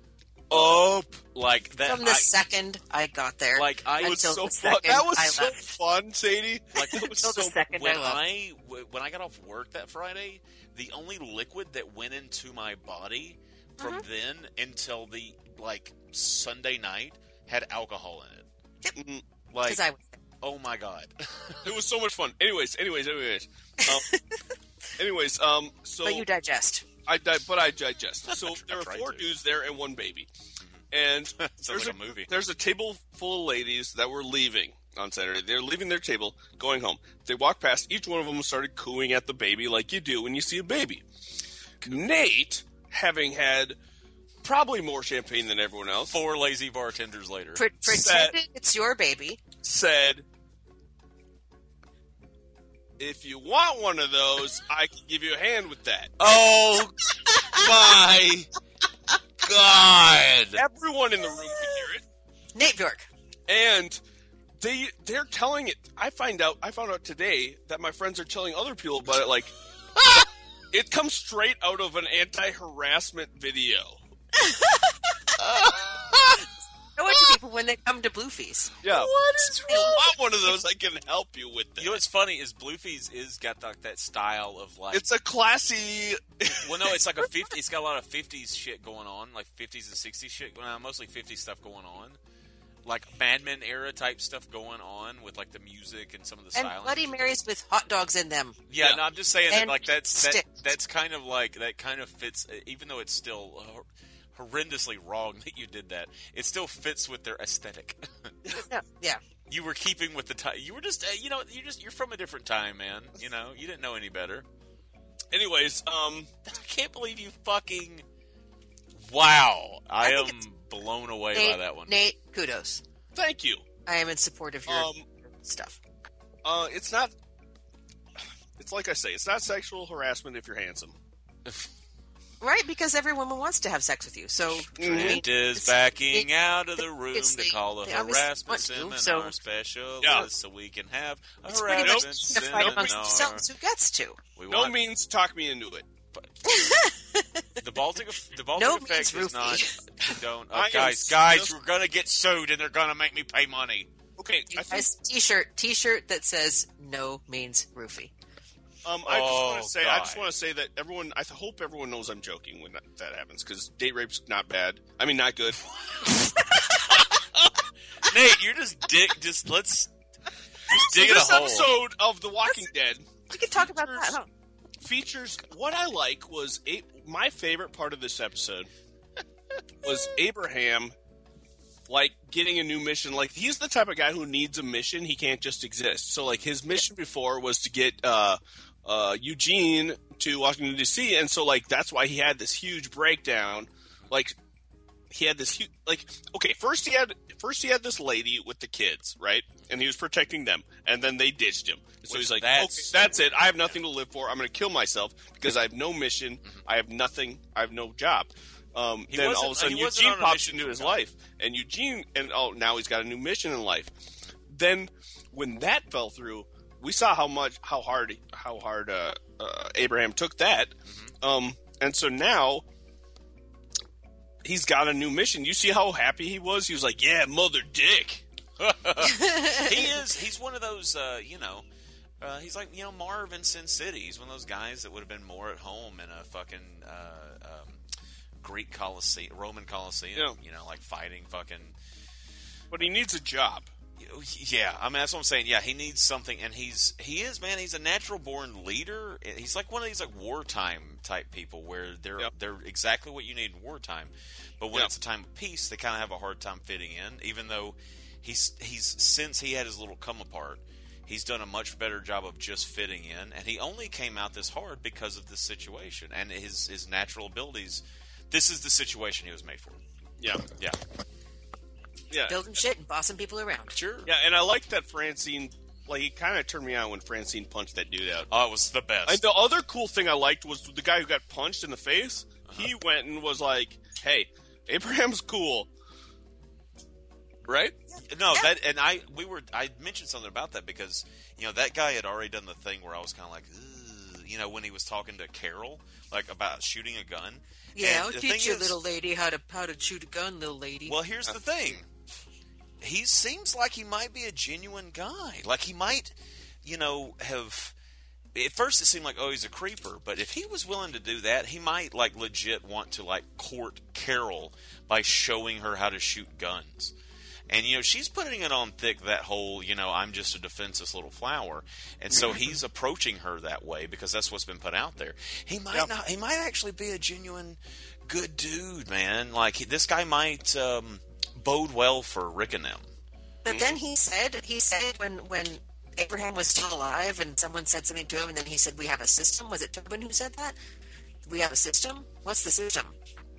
up like that. From the I- second I got there, Like, I was until so the fun. second That was I so left. fun, Sadie. Like That was Till the so- second when I left. I w- when I got off work that Friday, the only liquid that went into my body from Mm-hmm. then until the like Sunday night had alcohol in it. Like, because I was oh my god, It was so much fun. Anyways, anyways, anyways. Um, anyways, um, so but you digest. I di- but I digest. So there were tried four to. dudes there and one baby. And Mm-hmm. Sounds there's like a movie. There's a table full of ladies that were leaving on Saturday. They're leaving their table, going home. They walked past. Each one of them started cooing at the baby, like you do when you see a baby. Nate, having had probably more champagne than everyone else, Four lazy bartenders later. Pre- pretend it's your baby. said, "If you want one of those, I can give you a hand with that." Oh my god! Everyone in the room could hear it. Nate Bjork. and they they're telling it i find out i found out today that my friends are telling other people about it like it comes straight out of an anti-harassment video Show it Ah! to people when they come to Bluefies. yeah what is wrong? want one of those i can help you with You know it what's funny is Bluefies is got like that style of like. it's a classy well, no, it's like a fifty. It's got a lot of fifties shit going on, like fifties and sixties shit. Well, mostly fifties stuff going on, like Mad Men era type stuff going on with like the music and some of the And stylings. Bloody Marys with hot dogs in them. Yeah, Yeah. no, I'm just saying that And like that's that, sticks. that's kind of like that kind of fits, e, even though it's still hor- horrendously wrong that you did that. It still fits with their aesthetic. Yeah. yeah. you were keeping with the time. You were just, uh, you know, you just you're from a different time, man. You know, you didn't know any better. anyways um I can't believe you fucking. Wow, I, think am blown away by Nate, that one. Nate, kudos. thank you I am in support of your Um, stuff. uh it's not it's like i say it's not sexual harassment if you're handsome Right? Because every woman wants to have sex with you. So Trent is It's- backing it- out of the room it's to the- call a they obviously harassment want to, seminar so- specialist Yeah. so we can have a it's pretty much harassment the fight amongst seminar. themselves who gets to. We no want- means talk me into it The Baltic, the Baltic No effect means is not. Don't, I uh, am guys, guys, just- we're gonna get sued, and they're gonna make me pay money. okay i think Nice T-shirt, T-shirt that says "No means roofie." Um, I just want Oh, to say, I just God. want to say that everyone. I th- hope everyone knows I'm joking when that, that happens because date rape's not bad. I mean, not good. Nate, you're just dick. Just let's just dig in a this hole. episode of The Walking Dead We could talk about that. Huh? features what I like was a- my favorite part of this episode was Abraham, like getting a new mission. Like he's the type of guy who needs a mission; he can't just exist. So, like his mission before was to get uh, uh, Eugene to Washington D.C., and so like that's why he had this huge breakdown. Like he had this huge like okay first he had first he had this lady with the kids right and he was protecting them and then they ditched him so Which he's like that's okay, that's it i have nothing to live for i'm gonna kill myself because i have no mission Mm-hmm. i have nothing i have no job um, He then wasn't- all of a sudden he wasn't on eugene a pops mission into from his God. life and eugene and oh now he's got a new mission in life then when that fell through we saw how much how hard how hard uh, uh, abraham took that Mm-hmm. um, and so now he's got a new mission. You see how happy he was? He was like, "Yeah, mother dick." he is. He's one of those. Uh, you know, uh, he's like you know Marv in Sin City. He's one of those guys that would have been more at home in a fucking uh, um, Greek Colosseum, Roman Colosseum. Yeah. You know, like fighting fucking. But he needs a job. Yeah, I mean that's what I'm saying. Yeah, he needs something, and he's he is man. He's a natural born leader. He's like one of these like wartime type people where they're Yep. they're exactly what you need in wartime, but when Yep. it's a time of peace, they kind of have a hard time fitting in. Even though he's he's since he had his little come apart, he's done a much better job of just fitting in, and he only came out this hard because of this situation and his his natural abilities. This is the situation he was made for. Yeah, Yeah, yeah, Building shit and bossing people around. sure. yeah. And I like that Francine. Like, he kind of turned me on when Francine punched that dude out. Oh, it was the best. And the other cool thing I liked was the guy who got punched in the face. Uh-huh. He went and was like, "Hey, Abraham's cool." right? No, that and I we were I mentioned something about that because you know that guy had already done the thing where I was kind of like, "Ugh," you know, when he was talking to Carol like about shooting a gun. Yeah, And I'll the teach thing you, is- little lady, how to how to shoot a gun, little lady. Well, here's the thing. He seems like he might be a genuine guy. Like he might, you know, have. At first, it seemed like oh, he's a creeper. But if he was willing to do that, he might like legit want to like court Carol by showing her how to shoot guns. And you know, she's putting it on thick that whole, you know, I'm just a defenseless little flower. And so he's approaching her that way because that's what's been put out there. He might not he might actually be a genuine good dude, man. Like he, this guy might um, bode well for Rick and them. But then he said, he said when when Abraham was still alive, and someone said something to him, and then he said, "We have a system." Was it Tobin who said that? We have a system. What's the system?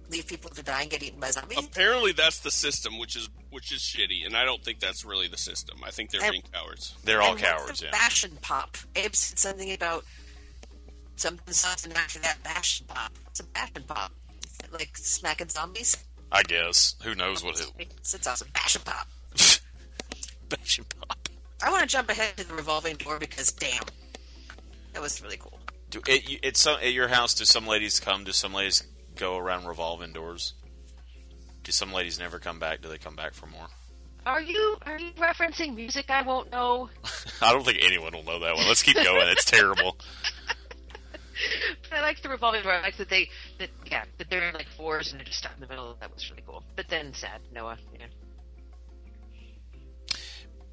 Leave people to die and get eaten by zombies. Apparently, that's the system, which is which is shitty, and I don't think that's really the system. I think they're I- being cowards. They're all And what's cowards, the yeah. Fashion pop. Abe said something about something something after that fashion pop. It's a fashion pop. Like smacking zombies. I guess. Who knows what it It's awesome. Fashion pop. Fashion pop. I want to jump ahead to the revolving door because damn, that was really cool. Do it, you- it's some, at your house. Do some ladies come? Do some ladies go around revolving doors? Do some ladies never come back? Do they come back for more? Are you are you referencing music I won't know? I don't think anyone will know that one. Let's keep going. It's terrible. But I like the revolving door. I like that they that yeah that they're in like fours and they're just stuck in the middle. That was really cool. But then sad Noah. Yeah.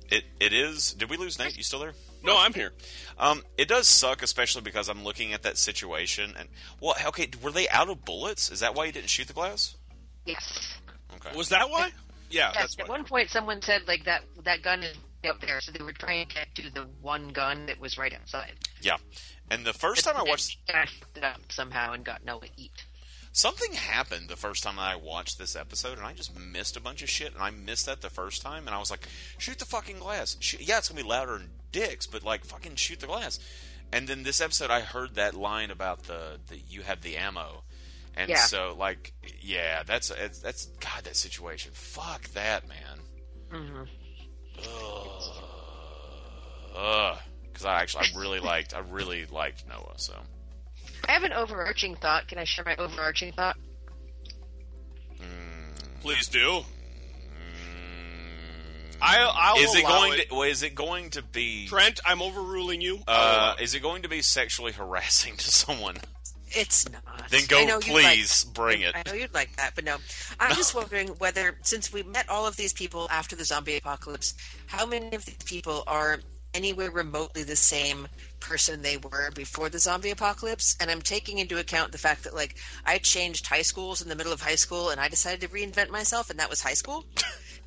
It it is. Did we lose Nate? You still there? No, I'm here. Um, it does suck, especially because I'm looking at that situation and well, okay, were they out of bullets? Is that why you didn't shoot the glass? Yes. Okay. Was that why? Yeah, Yes. that's At why. one point, someone said like that that gun is up there, so they were trying to do the one gun that was right outside. yeah. And the first time I watched I fucked it up somehow and got Noah eat. Something happened the first time I watched this episode, and I just missed a bunch of shit. And I missed that the first time, and I was like, "Shoot the fucking glass!" Shoot. Yeah, it's gonna be louder than dicks, but like, fucking shoot the glass. And then this episode, I heard that line about the the you have the ammo, and Yeah. so like, yeah, that's it's, that's God that situation. Fuck that, man. Ugh. Because I actually, I really liked, I really liked Noah. So I have an overarching thought. Can I share my overarching thought? Please do. I, I'll is it allow going to? Well, is it going to be? Trent, I'm overruling you. Uh, is it going to be sexually harassing to someone? It's not. Then go, I know you'd like please, that. bring it. I know you'd like that, but no. I'm just wondering whether, since we met all of these people after the zombie apocalypse, how many of these people are anywhere remotely the same person they were before the zombie apocalypse? And I'm taking into account the fact that, like, I changed high schools in the middle of high school and I decided to reinvent myself, and that was high school.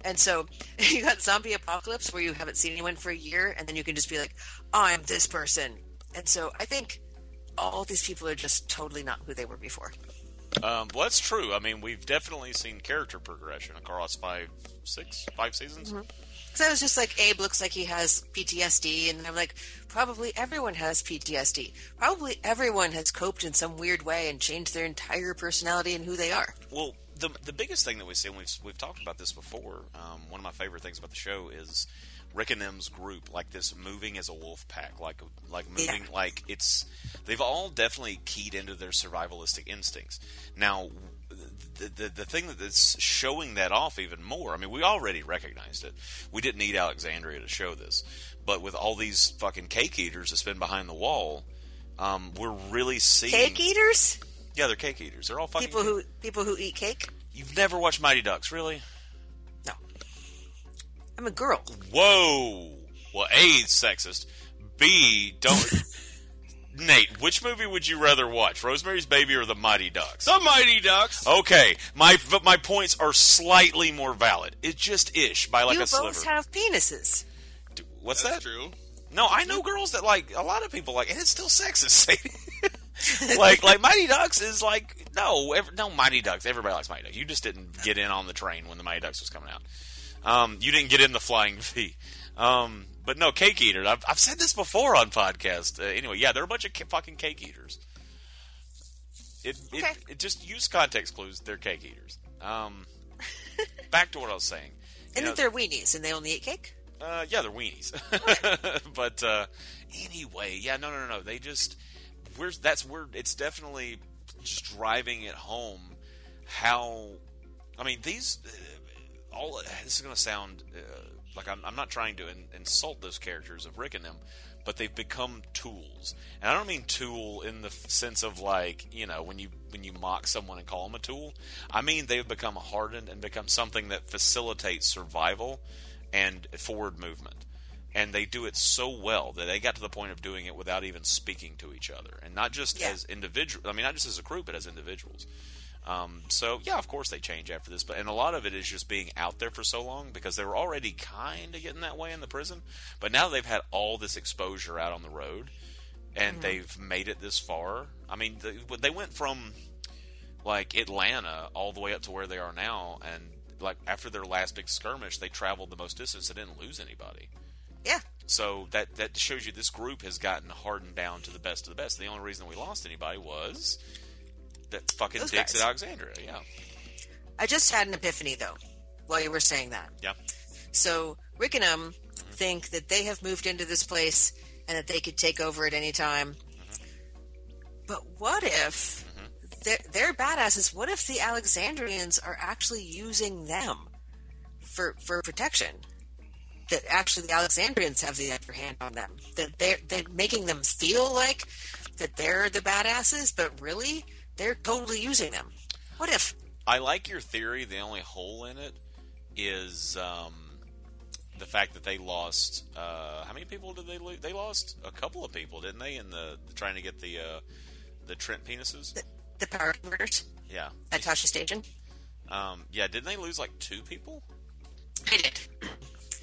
And so you got zombie apocalypse where you haven't seen anyone for a year, and then you can just be like, I'm this person. And so I think all these people are just totally not who they were before. Um, well, that's true. I mean, we've definitely seen character progression across five, six, five seasons. Because I was just like, Abe looks like he has PTSD, and I'm like, probably everyone has PTSD. Probably everyone has coped in some weird way and changed their entire personality and who they are. Well, the the biggest thing that we see, and we've we've talked about this before. Um, one of my favorite things about the show is Rick and them's group, like this moving as a wolf pack, like like moving, Yeah. like it's they've all definitely keyed into their survivalistic instincts. Now, the, the the thing that's showing that off even more. I mean, we already recognized it. We didn't need Alexandria to show this, but with all these fucking cake eaters that's been behind the wall. Um, we're really seeing Cake eaters? Yeah, they're cake eaters. They're all fucking People who people who eat cake? You've never watched Mighty Ducks, really? No. I'm a girl. Whoa. Well, A, sexist. B, don't. Nate, which movie would you rather watch, Rosemary's Baby or The Mighty Ducks? the Mighty Ducks. Okay, my but my points are slightly more valid. It's just ish by like you a both sliver. have penises. D- What's that's that? true. No, I know girls that like a lot of people like, and it's still sexist. Sadie. like, like Mighty Ducks is like no, ev no Mighty Ducks. Everybody likes Mighty Ducks. You just didn't get in on the train when the Mighty Ducks was coming out. Um, you didn't get in the flying V. Um, but no, cake eater. I've, I've said this before on podcast. Uh, anyway, yeah, they're a bunch of ca- fucking cake eaters. It, it, Okay. it just use context clues. They're cake eaters. Um, back to what I was saying. You And know- that they're weenies and they only eat cake? uh, yeah, they're weenies. but uh, anyway, yeah, no, no, no, no. They just we're that's we're it's definitely just driving it home how I mean these uh, all this is going to sound uh, like I'm, I'm not trying to in, insult those characters of Rick and them, but but they've become tools. And I don't mean tool in the f- sense of like you know when you when you mock someone and call them a tool. I mean they've become hardened and become something that facilitates survival and forward movement. And they do it so well that they got to the point of doing it without even speaking to each other, and not just Yeah. as individual. I mean, not just as a group, but as individuals. Um, so yeah, of course they change after this, but and a lot of it is just being out there for so long because they were already kind of getting that way in the prison, but now they've had all this exposure out on the road, and Mm-hmm. they've made it this far. I mean, they, they went from like Atlanta all the way up to where they are now, and like after their last big skirmish, they traveled the most distance. They didn't lose anybody. Yeah. So that that shows you this group has gotten hardened down to the best of the best. The only reason we lost anybody was that fucking Those dicks guys. at Alexandria. Yeah, I just had an epiphany though, while you were saying that. yeah, So Rickenham think that they have moved into this place and that they could take over at any time. But what if they're, they're badasses? What if the Alexandrians are actually using them for for protection? That actually the Alexandrians have the upper hand on them. That they're they're making them feel like that they're the badasses, but really they're totally using them. What if? I like your theory. The only hole in it is um, the fact that they lost. Uh, how many people did they lose? They lost a couple of people, didn't they? In the trying to get the uh, the Trent penises. The, the power converters Yeah, at Tasha Station. um, yeah. Didn't they lose like two people? I did.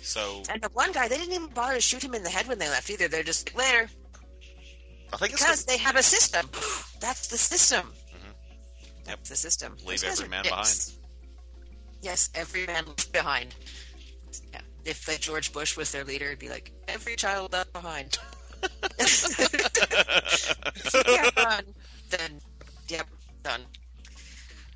So And the one guy, they didn't even bother to shoot him in the head when they left either. They're just like, later. I think Because they have a system. That's the system. That's the system. Mm-hmm. Leave Those guys every are man dicks. Yes, every man left behind. Yeah. If like, George Bush was their leader, it'd be like, every child left behind. yeah, done. Then, yep, done.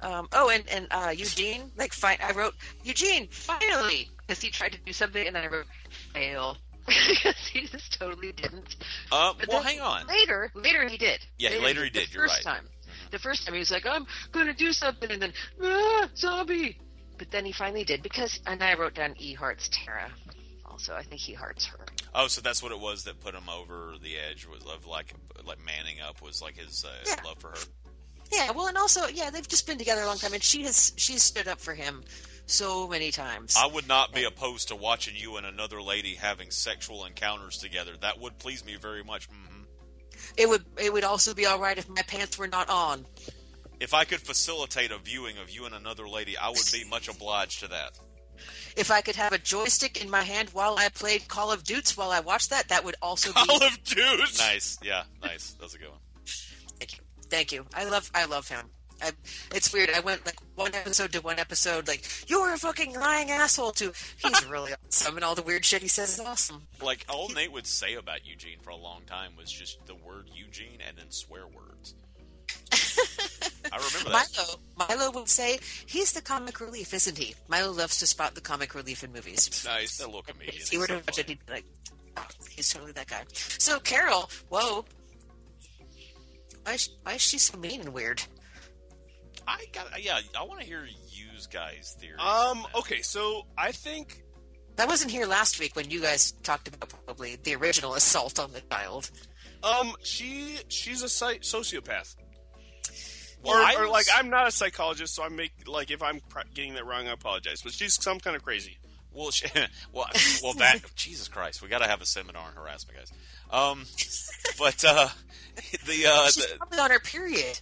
Um, oh, and, and uh, Eugene, like, fi- I wrote, Eugene, finally, because he tried to do something and then I wrote fail because he just totally didn't. Uh, But well, then hang on. Later, later he did. Yeah, later he the did, you're first right. Mm-hmm. time, the first time he was like, "I'm gonna do something," and then ah, zombie. But then he finally did because, and I wrote down E hearts Tara. Also, I think he hearts her. Oh, so that's what it was that put him over the edge was of like like manning up was like his uh, Yeah. love for her. Yeah, well, and also, yeah, they've just been together a long time, and she has she's stood up for him so many times. I would not be opposed to watching you and another lady having sexual encounters together. That would please me very much. hmm it would it would also be all right if my pants were not on. If I could facilitate a viewing of you and another lady, I would be much obliged to that. If I could have a joystick in my hand while I played Call of Dudes while I watched that, that would also be. All of dudes. Nice, yeah, nice. That's a good one. Thank you. Thank you. I love I love him. I, it's weird. I went like one episode to one episode, like you're a fucking lying asshole. To he's really awesome, and all the weird shit he says is awesome. Like all Nate would say about Eugene for a long time was just the word Eugene and then swear words. I remember that. Milo, Milo would say he's the comic relief, isn't he? Milo loves to spot the comic relief in movies. Nice, that little comedian. if you were He's to so watch funny. it, he'd be like, oh, he's totally that guy. So Carol, whoa, why is, why is she so mean and weird? I got yeah. I want to hear use guys theory. Um. Okay. So I think I wasn't here last week when you guys talked about probably the original assault on the child. um she she's a psy- sociopath. Well, or, I or, was- like I'm not a psychologist, so I make like if I'm pr- getting that wrong, I apologize. But she's some kind of crazy. Well, sh well, well. That Jesus Christ, we got to have a seminar on harassment, guys. Um, but uh, the uh, She's the, probably on her period.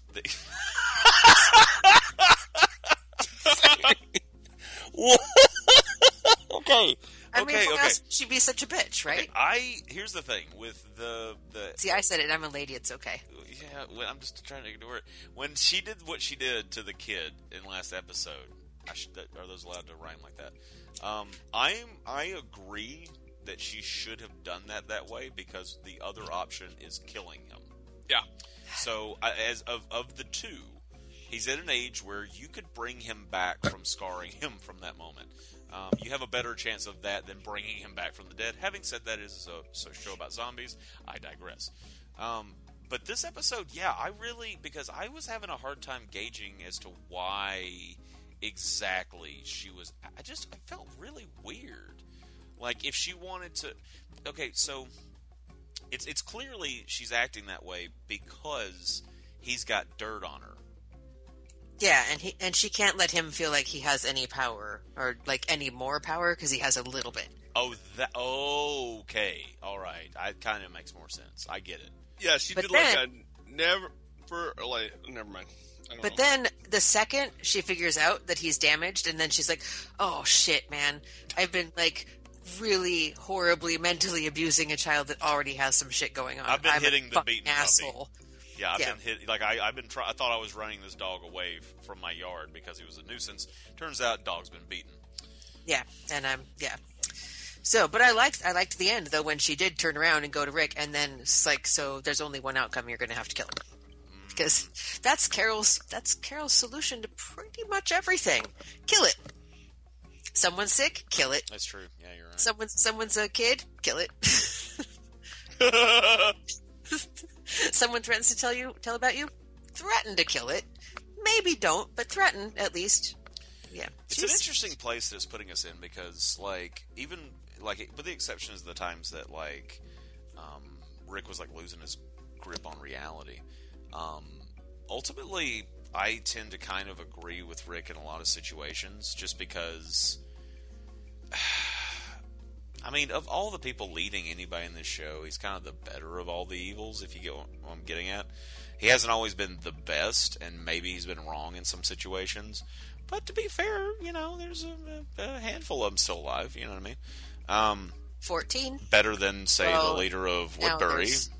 Okay. I mean, Okay, why okay. else would she be such a bitch, right? I here's the thing with the the See, I said it. I'm a lady. It's okay. yeah. Well, I'm just trying to ignore it. When she did what she did to the kid in last episode, I should, that- are those allowed to rhyme like that? Um, I'm I agree that she should have done that that way because the other option is killing him. Yeah. So I- as of of the two, he's at an age where you could bring him back from scarring him from that moment. Um, you have a better chance of that than bringing him back from the dead. Having said that, it is a so show about zombies. I digress. Um, but this episode, yeah, I really because I was having a hard time gauging as to why exactly she was. I just I felt really weird. Like if she wanted to, okay, so It's it's clearly she's acting that way because he's got dirt on her. Yeah, and he and she can't let him feel like he has any power or like any more power because he has a little bit. Oh, that okay, all right. I kind of makes more sense. I get it. Yeah, she But did like then- a never for like never mind. I don't But know. then the second she figures out that he's damaged, and then she's like, "Oh shit, man! I've been like really horribly mentally abusing a child that already has some shit going on. I've been I'm a hitting the fucking beaten puppy." asshole." Yeah, I've Yeah. been hit. Like I, I've been. Try, I thought I was running this dog away f- from my yard because he was a nuisance. Turns out, dog's been beaten. Yeah, and I'm yeah. So, but I liked I liked the end though when she did turn around and go to Rick, and then it's like, so there's only one outcome: you're going to have to kill him. Mm. Because that's Carol's that's Carol's solution to pretty much everything. Kill it. Someone's sick, kill it. That's true. Yeah, you're right. Someone's someone's a kid, kill it. Someone threatens to tell you tell about you, threaten to kill it. Maybe don't, but threaten at least. Yeah, it's an She's- interesting place that it's putting us in because, like, even like with the exception is the times that like um, Rick was like losing his grip on reality. Um, ultimately, I tend to kind of agree with Rick in a lot of situations, just because. I mean, of all the people leading anybody in this show, he's kind of the better of all the evils, if you get what I'm getting at. He hasn't always been the best, and maybe he's been wrong in some situations. But to be fair, you know, there's a, a handful of them still alive, you know what I mean? Um, fourteen. better than, say, Well, the leader of now Woodbury. there's-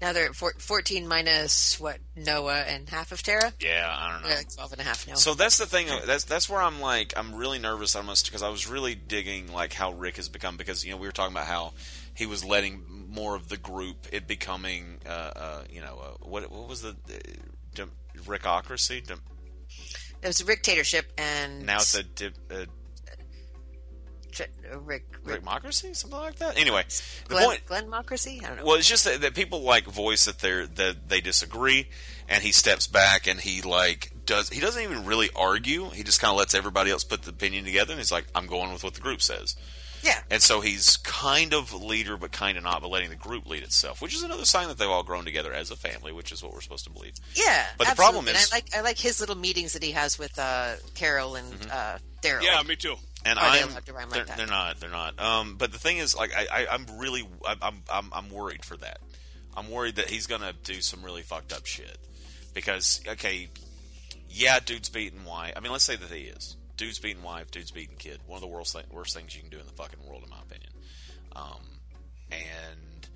Now they're at four, 14 minus what Noah and half of Terra. Yeah, I don't know. They're like 12 and a half now. So that's the thing. That's that's where I'm like I'm really nervous almost because I was really digging like how Rick has become because you know we were talking about how he was letting more of the group it becoming uh, uh, you know uh, what what was the uh, dem- Rickocracy Dem- it was a dictatorship and now it's a di- uh, Tr- uh, Rick, Rick, Rickmocracy something like that. Anyway, the Glenn, point Glenmocracy? I don't know. Well, it's just that, that people like voice that they're that they disagree, and he steps back and he like does he doesn't even really argue. He just kind of lets everybody else put the opinion together, and he's like, "I'm going with what the group says." yeah. And so he's kind of leader, but kind of not, but letting the group lead itself, which is another sign that they've all grown together as a family, which is what we're supposed to believe. Yeah. But the absolutely. problem And is- I like, I like his little meetings that he has with uh, Carol and Mm-hmm. uh, Daryl. yeah, me too. and Are they I'm allowed to rhyme like they're, that? they're not they're not um but the thing is like I, I I'm really I'm, I'm I'm I'm worried for that I'm worried that he's gonna do some really fucked up shit because okay yeah dude's beating wife I mean let's say that he is dude's beating wife dude's beating kid one of the worst th- worst things you can do in the fucking world in my opinion um and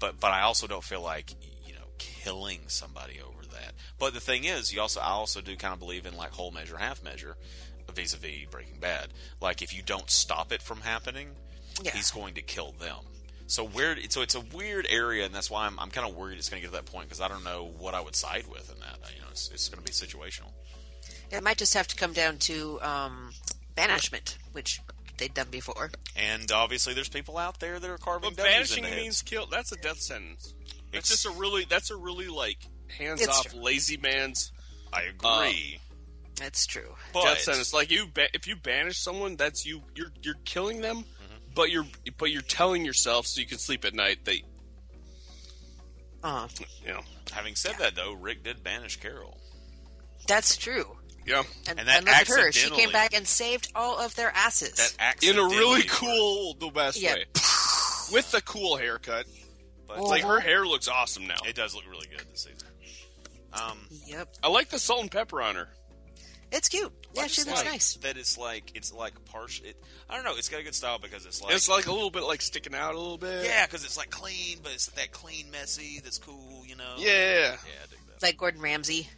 but but I also don't feel like you know killing somebody over that. But the thing is, you also I also do kind of believe in like whole measure, half measure, vis-a-vis Breaking Bad. Like if you don't stop it from happening, Yeah. he's going to kill them. So weird. So it's a weird area, and that's why I'm, I'm kind of worried it's going to get to that point because I don't know what I would side with in that. You know, it's, it's going to be situational. It might just have to come down to um, banishment, which they'd done before. And obviously, there's people out there that are carving. But W's banishing into heads. means kill. That's a death sentence. It's- That's just a really. That's a really like hands It's off, true. lazy man's I agree. That's true. but death sentence. Like you, ba- if you banish someone, that's you. You're you're killing them, Mm-hmm. but you're but you're telling yourself so you can sleep at night that Uh, you know. having said that, though, Rick did banish Carol. that's true. Yeah, And, And that look at her. She accidentally- came back and saved all of their asses. That in a accidentally- really cool, the best Yeah. way, with the cool haircut. But It's like her hair looks awesome now. It does look really good this season. Um, yep. I like the salt and pepper on her. It's cute. I Yeah, just she looks like nice. That it's like it's like partial. It, I don't know. It's got a good style because it's like It's like a little bit like sticking out a little bit. yeah, because it's like clean, but it's that clean, messy. That's cool, you know. yeah. yeah, I dig that. like Gordon Ramsay.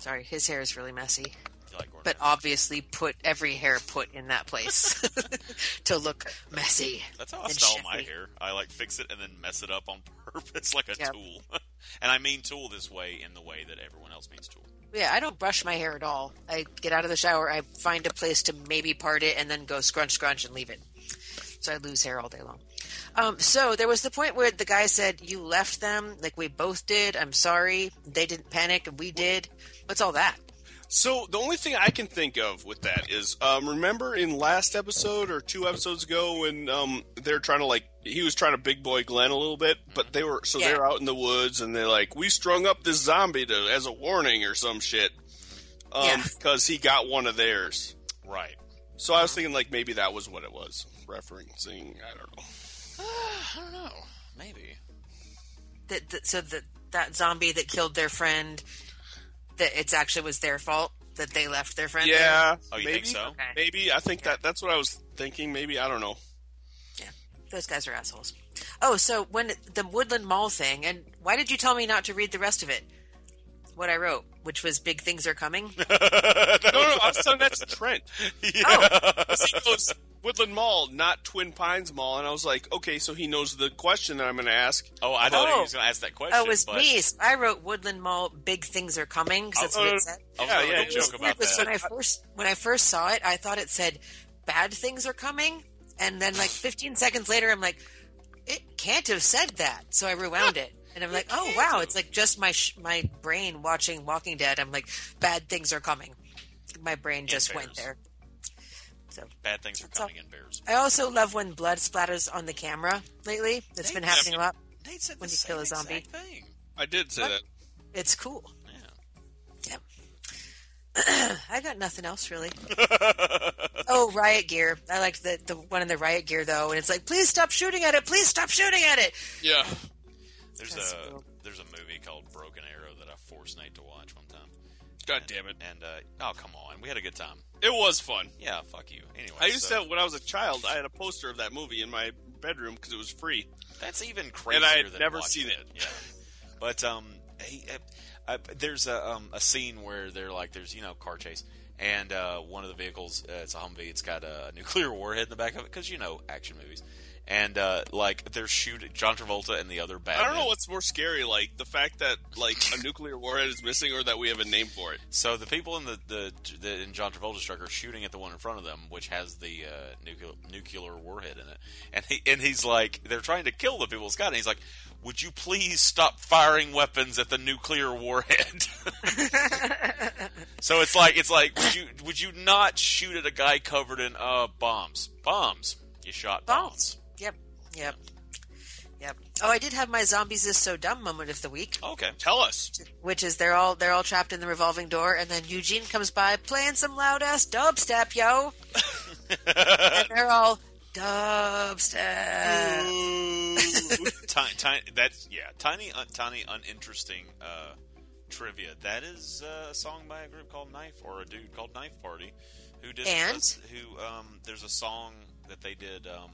Sorry, his hair is really messy, You like Gordon but Ramsay. obviously put every hair put in that place to look messy. that's how I and style my chefy. hair. I like fix it and then mess it up on purpose, like a Yep. tool. and I mean tool this way in the way that everyone else means tool. Yeah, I don't brush my hair at all. I get out of the shower, I find a place to maybe part it, and then go scrunch, scrunch, and leave it. So I lose hair all day long. Um, so there was the point where the guy said, "You left them, like we both did. I'm sorry. They didn't panic, and we did." What's all that? So the only thing I can think of with that is, um, remember in last episode or two episodes ago when um, they're trying to like he was trying to big boy Glenn a little bit, Mm-hmm. but they were so Yeah. they're out in the woods and they're like, we strung up this zombie to as a warning or some shit, um, Yeah. because he got one of theirs. Right. So I was thinking like maybe that was what it was referencing. I don't know. I don't know. Maybe. That, that so that that zombie that killed their friend, that it's actually was their fault that they left their friend. there? Yeah. Oh, you maybe, think so? Maybe I think that that's what I was thinking. Maybe I don't know. those guys are assholes. Oh, so when the Woodland Mall thing, and why did you tell me not to read the rest of it? What I wrote, which was big things are coming. No, no, I was telling that's Trent. Oh, he goes Woodland Mall, not Twin Pines Mall, and I was like, okay, so he knows the question that I'm going to ask. Oh, I thought he Oh. was going to ask that question. oh, it was but me. So I wrote Woodland Mall, big things are coming because that's Oh, what no, it said. I was Yeah, going yeah, to it was joke about It was that. when I first when I first saw it, I thought it said bad things are coming, and then like 15 seconds later, I'm like, it can't have said that. So I rewound it, and I'm like, oh wow, it's like just my sh- my brain watching Walking Dead. I'm like, bad things are coming. My brain just went bears. there. So Bad things are all. coming in bears. I also love when blood splatters on the camera lately. That's been happening a lot. Nate said When the you kill same a zombie. exact Thing. I did say that. It's cool. Yeah. I got nothing else really. oh, riot gear. I liked the the one in the riot gear though, and it's like, please stop shooting at it. Please stop shooting at it. Yeah. There's That's a cool. there's a movie called Broken Arrow that I forced Nate to watch one time. God damn it. And uh, oh come on, we had a good time. It was fun. Yeah, fuck you. Anyway, I used so to, have, when I was a child, I had a poster of that movie in my bedroom because it was free. That's even crazier. I had than never watching seen it. Yeah, but um, he, uh, uh, there's a um, a scene where they're like, there's you know car chase, and uh, one of the vehicles, uh, it's a Humvee, it's got a nuclear warhead in the back of it because you know action movies, and uh, like they're shooting John Travolta and the other bad. I don't know what's more scary, like the fact that like a nuclear warhead is missing, or that we have a name for it. So the people in the, the, the in John Travolta's truck are shooting at the one in front of them, which has the uh, nuclear nuclear warhead in it, and he and he's like, they're trying to kill the people. Scott, and he's like, "Would you please stop firing weapons at the nuclear warhead?" so it's like it's like, would you would you not shoot at a guy covered in uh bombs? Bombs. You shot bombs. Bombs. Yep. Yep. Yep. Oh, I did have my zombies is so dumb moment of the week, Okay. Tell us. which is they're all they're all trapped in the revolving door, and then Eugene comes by playing some loud ass dubstep, yo, and they're all dubstep. Mm. tiny, tiny, that's yeah, tiny, un, tiny, uninteresting uh, trivia. That is uh, a song by a group called Knife or a dude called Knife Party, who did And? who um, there's a song that they did. Um,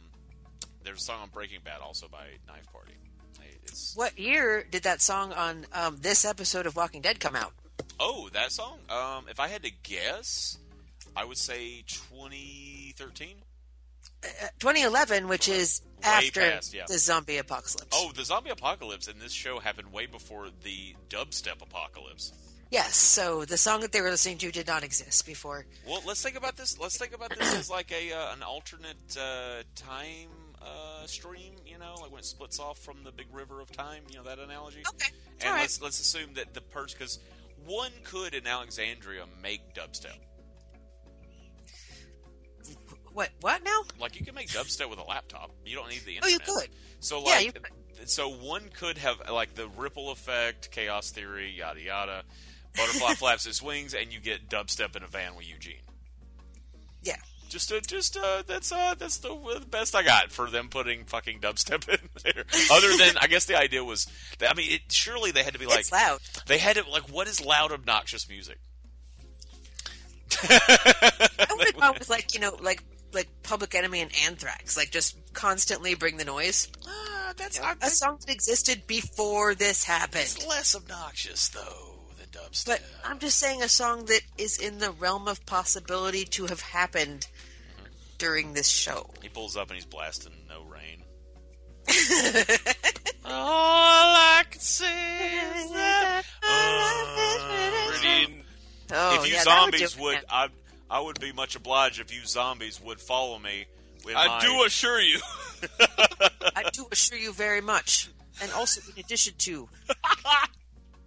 there's a song on Breaking Bad also by Knife Party. It's, What year did that song on um, this episode of Walking Dead come out? oh, that song. Um, if I had to guess, I would say 2013. 2011, which is Way after past, yeah. the zombie apocalypse. Oh, the zombie apocalypse in this show happened way before the dubstep apocalypse. yes. So the song that they were listening to did not exist before. Well, let's think about this. Let's think about this as like a uh, an alternate uh, time uh, stream. You know, like when it splits off from the big river of time. You know that analogy. Okay. And All right. let's let's assume that the person because one could in Alexandria make dubstep. What? What now? Like you can make dubstep with a laptop. You don't need the Oh, you internet. could. So Yeah, like, you so one could have like the ripple effect, chaos theory, yada yada. Butterfly flaps its wings, and you get dubstep in a van with Eugene. Yeah. Just, uh, just uh, that's uh, that's the the best I got for them putting fucking dubstep in there. Other than, I guess the idea was, that, I mean, it, surely they had to be like it's loud. they had to like, what is loud, obnoxious music? I would have gone with like you know like like Public Enemy and Anthrax, like just constantly bring the noise. Ah, that's I- A song that existed before this happened. it's less obnoxious though than dubstep. But I'm just saying a song that is in the realm of possibility to have happened during this show. he pulls up and he's blasting "No Rain." All I can say is that. Pretty- Oh, if you yeah, that would do zombies it, would, man. I I would be much obliged if you zombies would follow me. With I my- do assure you. I do assure you very much. And also, in addition to,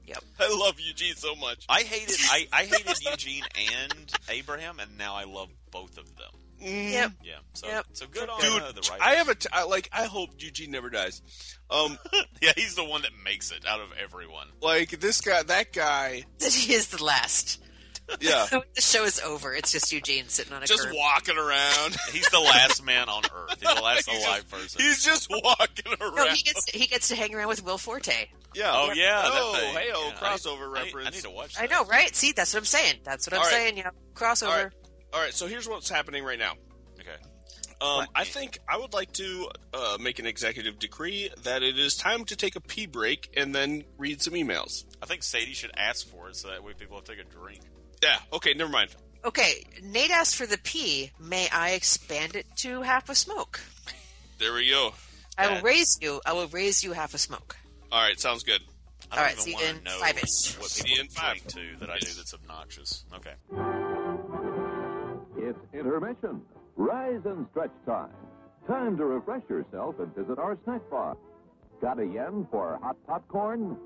Yep. I love Eugene so much. I hated I, I hated Eugene and Abraham, and now I love both of them. Yep. Yeah. So Yep. so good on Dude, uh, the t- writers. I have a t- I, like. I hope Eugene never dies. Um, yeah. He's the one that makes it out of everyone. like this guy, that guy. He is the last. Yeah, the show is over. It's just Eugene sitting on a Uh. just curb. walking around. He's the last man on Earth. He's the last He's alive just- person. He's just walking around. No, he gets he gets to hang around with Will Forte. yeah. Oh yeah. that Oh, thing. hey, oh, Yeah, I- crossover I, reference. I need to watch. That. I know, right? See, that's what I'm saying. That's what I'm All right. saying. Yeah, crossover. All right. All right. So here's what's happening right now. Okay. Um, I think I would like to uh, make an executive decree that it is time to take a pee break and then read some emails. I think Sadie should ask for it so that way people will take a drink. Yeah. Okay. Never mind. Okay, Nate asked for the P. May I expand it to half a smoke? There we go. I will raise you. I will raise you half a smoke. All right. Sounds good. I All don't right, even see you want in to know five minutes. what See people you in drink five. to that I do that's obnoxious. Okay. It's intermission. Rise and stretch time. Time to refresh yourself and visit our snack bar. Got a yen for hot popcorn?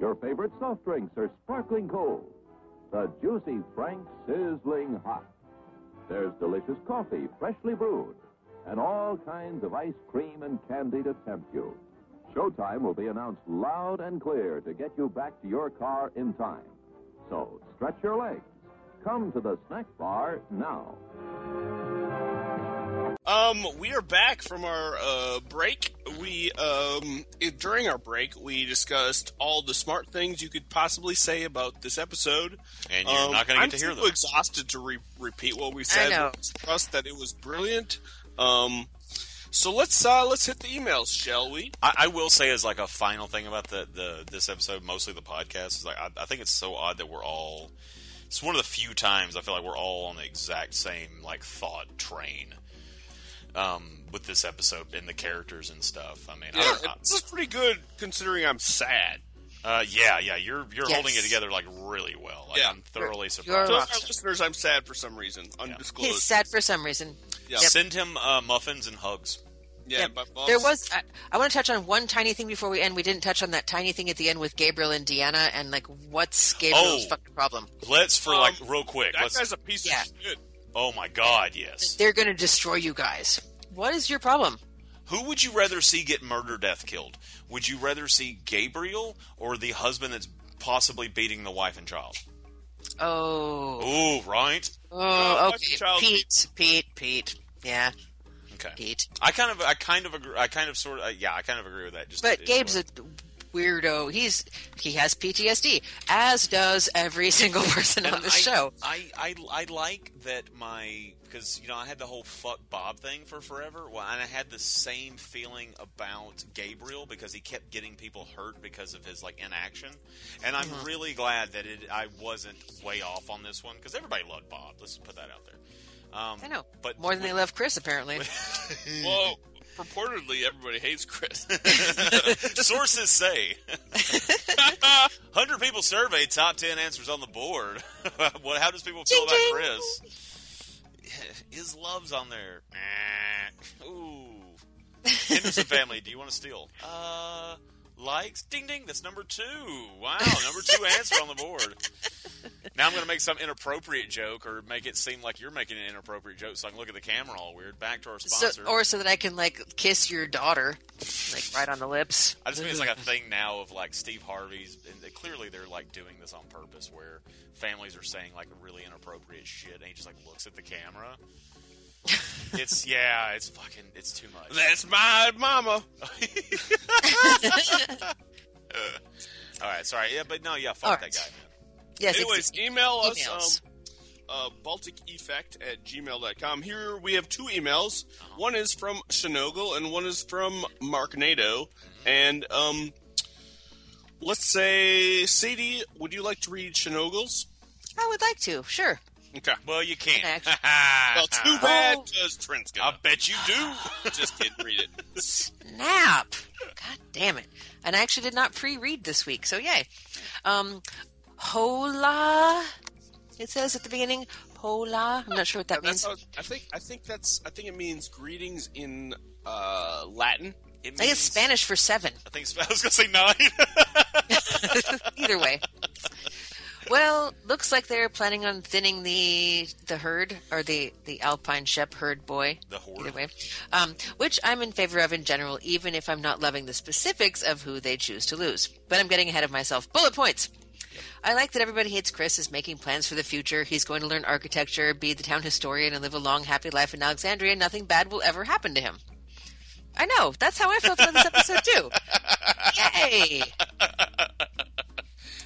Your favorite soft drinks are sparkling cold. The juicy Frank sizzling hot. There's delicious coffee freshly brewed and all kinds of ice cream and candy to tempt you. Showtime will be announced loud and clear to get you back to your car in time. So stretch your legs. Come to the snack bar now. Um, we are back from our uh, break. We um, it, during our break, we discussed all the smart things you could possibly say about this episode. And you're Um, not going to I'm get to hear too them. exhausted to re- repeat what we said. know. Trust that it was brilliant. Um, so let's uh, let's hit the emails, shall we? I, I will say as like a final thing about the, the this episode, mostly the podcast is like I, I think it's so odd that we're all. It's one of the few times I feel like we're all on the exact same like thought train. Um, with this episode and the characters and stuff. I mean, I don't, I- this is Uh, pretty good considering I'm sad. uh, yeah, yeah, you're you're Yes. holding it together like really well. Like, Yeah. I'm thoroughly You're surprised. So a our rock star. listeners, I'm sad for some reason, undisclosed. He's sad for some reason. Yeah, Send him uh, muffins and hugs. yeah. Yep. but there was. I, I want to touch on one tiny thing before we end. We didn't touch on that tiny thing at the end with Gabriel and Deanna, and like, what's Gabriel's Oh. fucking problem? Let's for Um, like real quick. that Let's, guy's a piece Yeah. of shit. oh my god, yes. They're gonna destroy you guys. What is your problem? Who would you rather see get murder, death, killed? Would you rather see Gabriel or the husband that's possibly beating the wife and child? Oh, Ooh, right. oh, that's okay, child Pete, Pete, Pete. Yeah, Okay. Pete. I kind of, I kind of agree. I kind of sort of, yeah, I kind of agree with that. Just But it's Gabe's a what- weirdo. He's he has PTSD, as does every single person on And the I- show. I, I, I like that my because you know I had the whole fuck Bob thing for forever. Well, and I had the same feeling about Gabriel because he kept getting people hurt because of his like inaction. And I'm Mm-hmm. really glad that it I wasn't way off on this one because everybody loved Bob. Let's put that out there. Um, I know, but more than they with- love Chris, apparently. Well, purportedly everybody hates Chris. Sources say. 100 people surveyed, top 10 answers on the board. what, how does people feel about Chris? His love's on there. Nah. Ooh. Henderson family, do you want to steal? Uh, likes? Ding ding, that's number two. Wow, number two answer on the board. Now I'm going to make some inappropriate joke or make it seem like you're making an inappropriate joke so I can look at the camera all weird. Back to our so, sponsor. or so that I can like kiss your daughter, like right on the lips. I just mean it's like a thing now of like Steve Harvey's, and they- clearly they're like doing this on purpose, where families are saying like really inappropriate shit, and he just like looks at the camera. it's yeah, it's fucking, it's too much. That's my mama. All right, sorry, yeah, but no, yeah, fuck All that right. guy, man. Yes, Anyways, it's, email us Emails. um, uh, Baltic Effect at gmail.com. Here we have two emails. Uh-huh. One is from Shinogle and one is from Mark Nato. Mm-hmm. And um, let's say, Sadie, would you like to read Shinogle's? I would like to. Sure. Okay. Well, you can't. Actually- Well, too bad because Trent's Oh. I gonna. bet you do. just kidding. Read it. Snap! God damn it! And I actually did not pre-read this week, so yay. Um, hola. It says at the beginning, hola. I'm not sure what that That's means. how it's- I think. I think that's. I think it means greetings in uh, Latin. It I think means- it's Spanish for seven. I think Sp- I was gonna say nine. Either way. Well, looks like they're planning on thinning the the herd or the the alpine shep herd boy. The horde. Either way, um, which I'm in favor of in general, even if I'm not loving the specifics of who they choose to lose. But I'm getting ahead of myself. Bullet points. I like that everybody hates Chris is making plans for the future. He's going to learn architecture, be the town historian, and live a long, happy life in Alexandria. Nothing bad will ever happen to him. I know. That's how I felt about this episode too. Yay!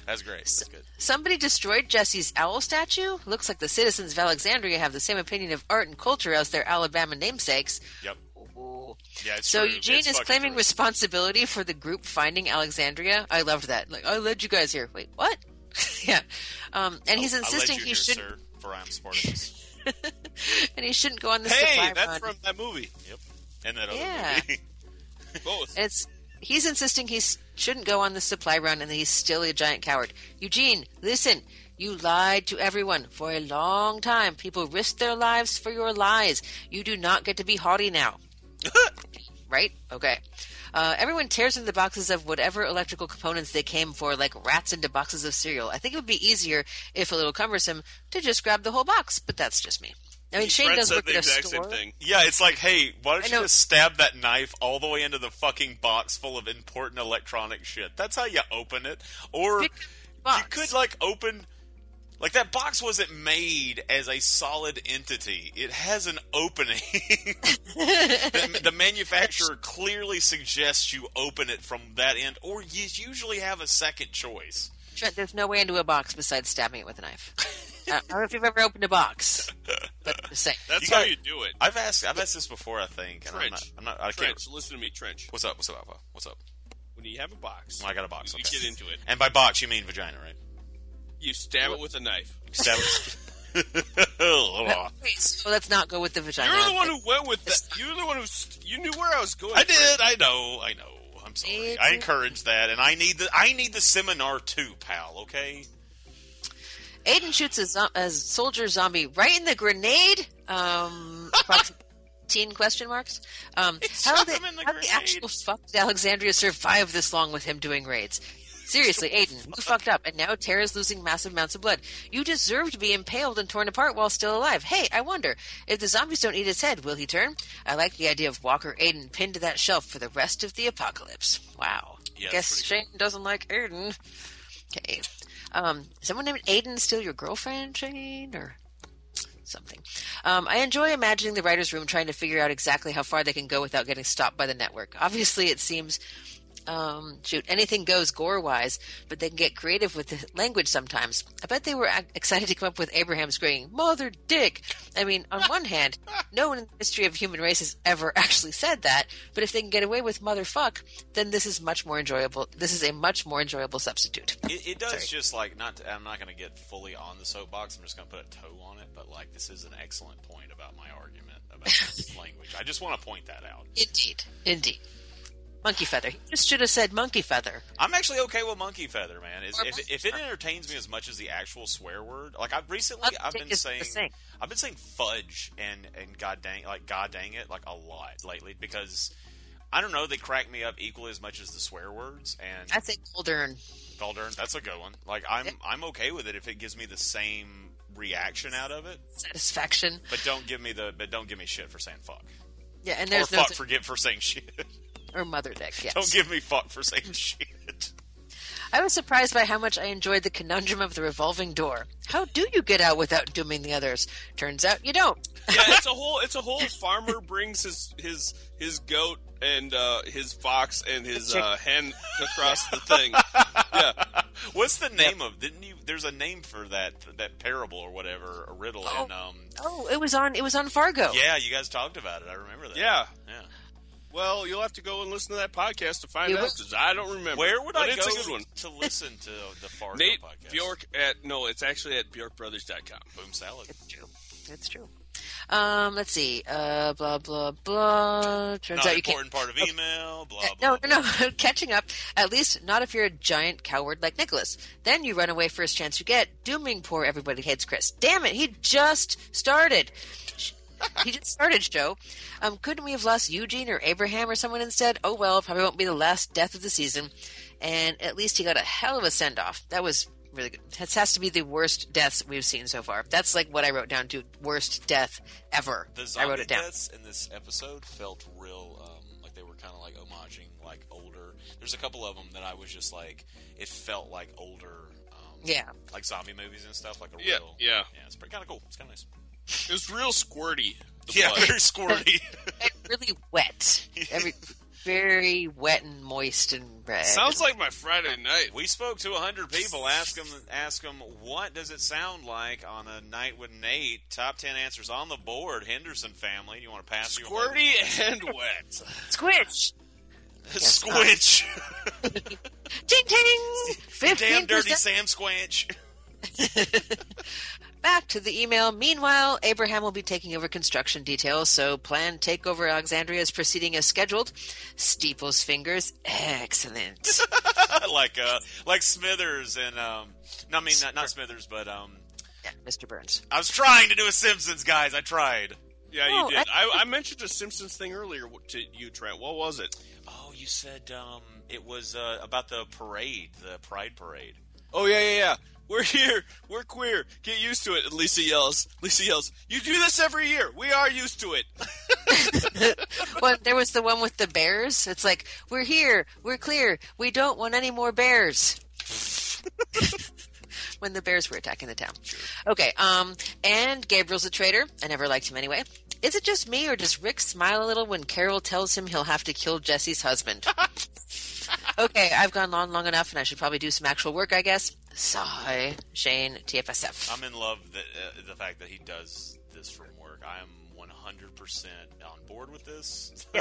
That's great. That's good. Somebody destroyed Jesse's owl statue. Looks like the citizens of Alexandria have the same opinion of art and culture as their Alabama namesakes. Yep. Ooh. Yeah, it's so true. Eugene It's is fucking claiming true. responsibility for the group finding Alexandria. I loved that. Like I led you guys here. Wait, what? yeah. Um, and he's I- I led insisting you he here, shouldn't sir, for I am Spartacus. and he shouldn't go on the Hey, supply that's run. from that movie. yep. And that other Yeah. movie. Both. And it's he's insisting he s- shouldn't go on the supply run and that he's still a giant coward. Eugene, listen. You lied to everyone for a long time. People risked their lives for your lies. You do not get to be haughty now. right? Okay. Uh, everyone tears into the boxes of whatever electrical components they came for, like rats into boxes of cereal. I think it would be easier, if a little cumbersome, to just grab the whole box, but that's just me. I mean, Shane Brett does said work the at a exact store. same thing. Yeah, it's like, hey, why I don't know. you just stab that knife all the way into the fucking box full of important electronic shit? That's how you open it. Or Pick box. you could like open like that box wasn't made as a solid entity. It has an opening. the, the manufacturer clearly suggests you open it from that end, or you usually have a second choice. Trent, there's no way into a box besides stabbing it with a knife. Uh, I don't know if you've ever opened a box, but just saying. That's You how got- you do it. I've asked I've asked this before, I think. And I'm Trench. not, I'm not I can't Trench, listen to me, Trench. What's up? What's up? Alpha? What's up? When you have a box, I got a box. You okay. get into it. And by box, you mean vagina, right? you stab it with a knife. Stab it. Wait, so let's not go with the vagina. You're the one who went with that. You're the one who st- you knew where I was going. I did. I know. I know. I'm sorry. I It's- encourage that, and I need the I need the seminar too, pal. Okay. Aiden shoots a, zo- a soldier zombie right in the grenade. Um, box- teen question marks. Um, how shot did him in the how the grenade. actual fuck did Alexandria survive this long with him doing raids? Seriously, Aiden, you fucked up, and now Tara's losing massive amounts of blood. You deserve to be impaled and torn apart while still alive. Hey, I wonder if the zombies don't eat his head, will he turn? I like the idea of Walker Aiden pinned to that shelf for the rest of the apocalypse. Wow. Yeah, it's Guess pretty Shane doesn't like Aiden. Okay. Um, is someone named Aiden still your girlfriend, Shane, or something? Um, I enjoy imagining the writer's room trying to figure out exactly how far they can go without getting stopped by the network. Obviously, it seems, um, shoot, anything goes gore wise, but they can get creative with the language sometimes. I bet they were ac- excited to come up with Abraham screaming, Mother Dick! I mean, on one hand, no one in the history of human race has ever actually said that, but if they can get away with motherfuck, then this is much more enjoyable. This is a much more enjoyable substitute. It, it does just like not. To, I'm not going to get fully on the soapbox. I'm just going to put a toe on it. But like, this is an excellent point about my argument about language. I just want to point that out. Indeed. Indeed. Monkey feather. He just should have said monkey feather. I'm actually okay with monkey feather, man. Is- Or If, monkey if it entertains me as much as the actual swear word, like I've recently, Uptick I've been is the saying, same. I've been saying fudge and and god dang, like god dang it, like a lot lately because I don't know, they crack me up equally as much as the swear words and I'd say Goldern. Feldern, that's a good one. Like I'm I'm okay with it if it gives me the same reaction out of it, Satisfaction. but don't give me the but don't give me shit for saying fuck Yeah, and or there's no fuck such- forget for saying shit. or mother dick. Yes. don't give me fuck for saying shit. I was surprised by how much I enjoyed the conundrum of the revolving door. How do you get out without dooming the others? Turns out you don't. yeah, it's a whole. It's a whole. Farmer brings his his his goat and uh, his fox and his uh, hen across the thing. Yeah, What's the name of? Didn't you? There's a name for that that parable or whatever, a riddle. And um, Oh, it was on it was on Fargo. yeah, you guys talked about it. I remember that. yeah. yeah. Well, you'll have to go and listen to that podcast to find You out will. because I don't remember. Where would But I it's go a good one. to listen to the Fargo Nate podcast? Bjork at no, it's actually at bjorkbrothers.com. Boom salad. It's true. It's true. Um, let's see. Uh, blah blah blah. Turns Not out you can't Oh. important part of email. Blah blah. No, blah. no, no. Catching up. At least not if you're a giant coward like Nicholas. Then you run away first chance you get, dooming poor everybody hates Chris. Damn it, he just started. He just started, Joe. Um, couldn't we have lost Eugene or Abraham or someone instead? Oh well, probably won't be the last death of the season. and at least he got a hell of a send off. That was really good. This has to be the worst deaths we've seen so far. That's like what I wrote down to worst death ever. The I zombie wrote it down. deaths in this episode felt real, um, like they were kind of like homaging like older. There's a couple of them that I was just like, it felt like older, um, Yeah. like zombie movies and stuff, like a Yeah, real, yeah. yeah. It's pretty kind of cool. It's kind of nice. It was real squirty. the Yeah, blood. very squirty. And really wet. Every very wet and moist and red. Sounds like my Friday night. we spoke to hundred people. Ask them, ask them, what does it sound like on a night with Nate? Top ten answers on the board. Henderson family. Do you want to pass? your- Squirty and wet. squish. Squinch. Ting ting. Damn Fifteen dirty percent Sam Squinch. back to the email. Meanwhile, Abraham will be taking over construction details, so plan takeover Alexandria is proceeding as scheduled. Steeple's fingers, excellent. like uh, like Smithers and um, no, I mean not, not Smithers, but um, Yeah, Mr. Burns. I was trying to do a Simpsons, guys. I tried. Yeah, Oh, you did. I, I mentioned the Simpsons thing earlier to you, Trent. What was it? Oh, you said um, it was uh, about the parade, the Pride Parade. Oh yeah, yeah, yeah. We're here. We're queer. Get used to it. And Lisa yells. Lisa yells. You do this every year. We are used to it. Well, there was the one with the bears. It's like, we're here, we're clear, we don't want any more bears. when the bears were attacking the town. Okay, um, and Gabriel's a traitor. I never liked him anyway. Is it just me, or does Rick smile a little when Carol tells him he'll have to kill Jesse's husband? okay, I've gone on long enough, and I should probably do some actual work, I guess. Sigh, Shane, TFSF. I'm in love that uh, the fact that he does this from work. I am 100 percent on board with this.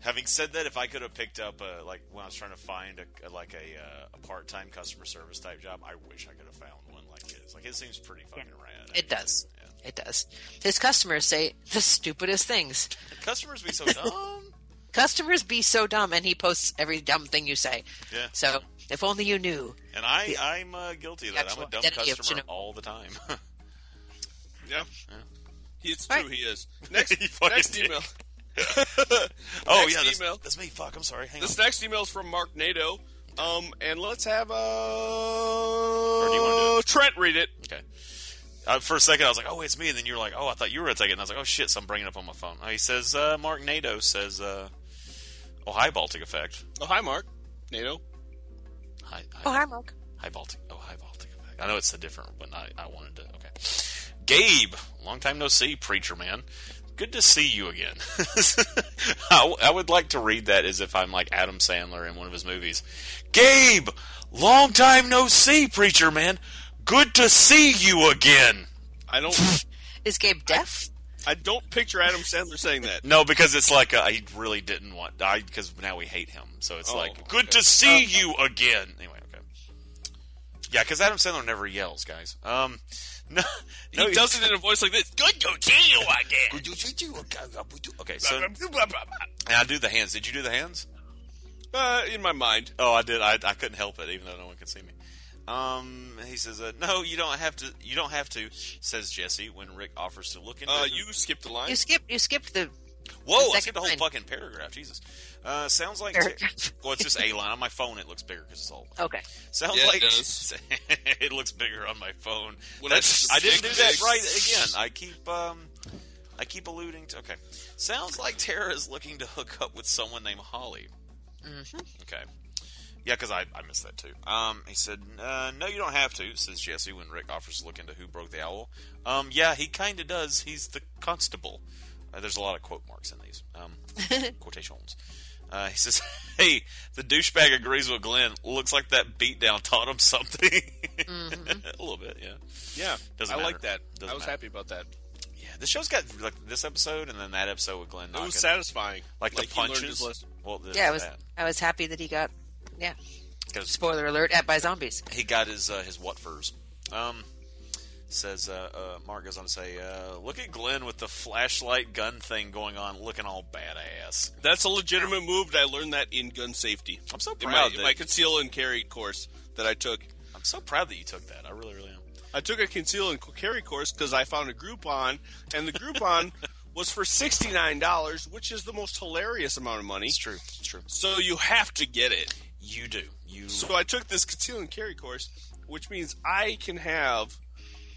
Having said that, if I could have picked up a like when I was trying to find a, a- like a, uh, a part time customer service type job, I wish I could have found one like his. Like his seems pretty fucking rad. it does. It does. His customers say the stupidest things. Customers be so dumb. customers be so dumb and he posts every dumb thing you say Yeah. so if only you knew And I, I'm uh, guilty of that. I'm actual a dumb identity of customer Chinook. all the time. Yeah. It's Right. true. He is. Next, You fucking next dick. email. oh Next yeah, that's, email. that's me. Fuck. I'm sorry. Hang This on. next email is from Mark Nato. Um, and let's have uh, do you wanna do it? Trent read it. Okay. Uh, for a second, I was like, "Oh, it's me," and then you were like, "Oh, I thought you were gonna take it." And I was like, "Oh shit!" So I'm bringing it up on my phone. Uh, he says, uh, "Mark Nato says, uh, oh hi Baltic effect. Oh, hi, Mark. Nato. Hi, hi, oh hi mark hi Baltic. Oh hi Baltic effect. I know it's a different, but I, I wanted to. Okay, Gabe, long time no see, preacher man. Good to see you again. I, w- I would like to read that as if I'm like Adam Sandler in one of his movies. Gabe, long time no see, preacher man. Good to see you again. I don't. is gabe deaf I don't picture Adam Sandler saying that. No, because it's like uh, I really didn't want I because now we hate him. So it's Oh, like good to see you again. Anyway, okay. Yeah, because Adam Sandler never yells, guys. Um, no, no, he does it in a voice like this. Good to see you again. Okay, so and I do the hands. Did you do the hands? Uh, in my mind. Oh, I did. I, I couldn't help it, even though no one could see me. Um, he says, uh, "No, you don't have to. You don't have to," says Jesse when Rick offers to look into. Uh, his- you skipped a line. you skipped you skipped the Whoa, The I second skipped the whole line. fucking paragraph. Jesus. Uh, sounds like. Paragraph. well, it's just a line on my phone. It looks bigger because it's old. okay Sounds Yeah, it like does. it looks bigger on my phone. Well, That's, that's I didn't do just that big. right again. I keep um, I keep alluding to. Okay, sounds like Tara is looking to hook up with someone named Holly. Okay. Yeah, because I, I missed that too. Um, he said, uh, "No, you don't have to," says Jesse when Rick offers to look into who broke the owl. Um, yeah, he kind of does. He's the constable. Uh, there's a lot of quote marks in these um, quotations. Uh, he says, "Hey, the douchebag agrees with Glenn. Looks like that beatdown taught him something. a little bit, yeah." Yeah, Doesn't I matter. like that. Doesn't I was matter. happy about that. Yeah, the show's got like this episode and then that episode with Glenn. It Knockin. was satisfying. Like, the he learned his punches. lesson. Well, there's yeah i was that. i was happy that he got yeah 'Cause- spoiler alert at by zombies he got his uh, his Watfors. Um, says uh, uh, Mark goes on to say, uh, "Look at Glenn with the flashlight gun thing going on, looking all badass." That's a legitimate move. and I learned that in gun safety. I'm so in proud my, that- in my conceal and carry course that I took. I'm so proud that you took that. I really, really am. I took a conceal and carry course because I found a Groupon, and the Groupon was for sixty nine dollars, which is the most hilarious amount of money. It's true. It's true. So you have to get it. You do. You. So I took this conceal and carry course, which means I can have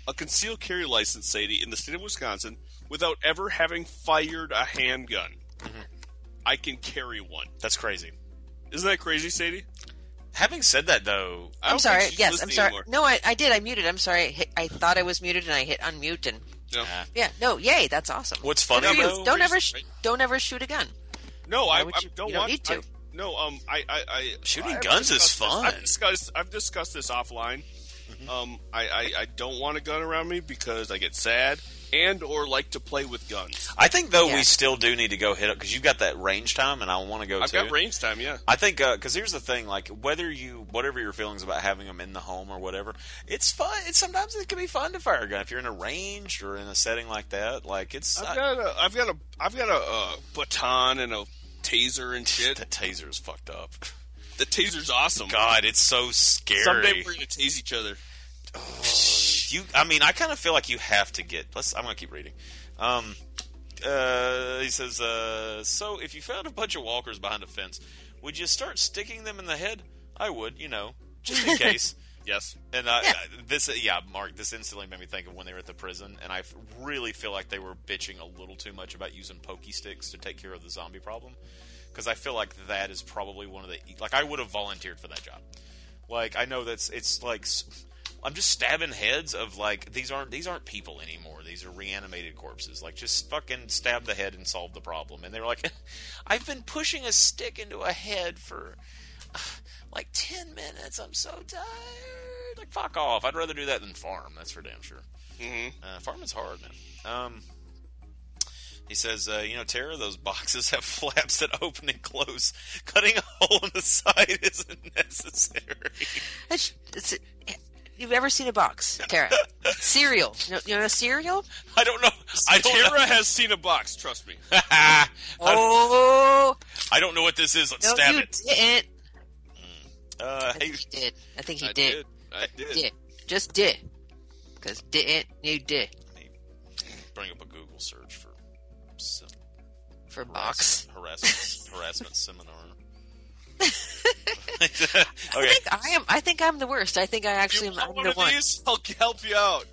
a concealed carry license, Sadie, in the state of Wisconsin without ever having fired a handgun. Mm-hmm. I can carry one. That's crazy. Isn't that crazy, Sadie? Having said that, though, I am sorry. Yes, I'm sorry. Anymore. No, I, I did. I muted. I'm sorry. I, hit, I thought I was muted, and I hit unmute. And yeah, yeah no, yay, that's awesome. What's funny? About don't reason, ever, sh- right? don't ever shoot a gun. No, I, you, I, don't, you don't want, need to. no, um, I, I, I shooting guns is fun. This. I've discussed, I've discussed this offline. Mm-hmm. Um, I, I, I don't want a gun around me because I get sad and or like to play with guns. I think though yeah. we still do need to go hit up because you've got that range time, and I want to go. I've too. got range time, yeah. I think because uh, here's the thing: like whether you whatever your feelings about having them in the home or whatever, it's fun. It's sometimes it can be fun to fire a gun if you're in a range or in a setting like that. Like it's. I've got a. I've got a. I've got a uh, baton and a taser and shit. the taser's fucked up. The taser's awesome. God, it's so scary. Someday we're gonna tase each other. Oh, you I mean I kind of feel like you have to get let's I'm gonna keep reading um uh, he says uh, so if you found a bunch of walkers behind a fence would you start sticking them in the head I would you know just in case yes and I, yeah. I, this yeah Mark this instantly made me think of when they were at the prison and I really feel like they were bitching a little too much about using pokey sticks to take care of the zombie problem because I feel like that is probably one of the like I would have volunteered for that job like I know that's it's like I'm just stabbing heads of like these aren't these aren't people anymore. These are reanimated corpses. Like just fucking stab the head and solve the problem. And they're like, I've been pushing a stick into a head for like ten minutes. I'm so tired. Like fuck off. I'd rather do that than farm. That's for damn sure. Mm-hmm. Uh, farming's hard, man. Um, he says, uh, you know, Tara, those boxes have flaps that open and close. Cutting a hole in the side isn't necessary. It's, it's, you've ever seen a box, Tara. cereal. You know, you know cereal? I don't know. I don't Tara know. has seen a box. Trust me. oh. I don't know what this is. Let's no, stab you it. Didn't. Uh, I think hey, he did. I think he I did. did. I did. did. Just did. Because didn't you did? Bring up a Google search for sim- for box harassment harassment seminar. okay. I think I am. I think I'm the worst. I think I actually am. I'm one the of one. These, I'll help you out.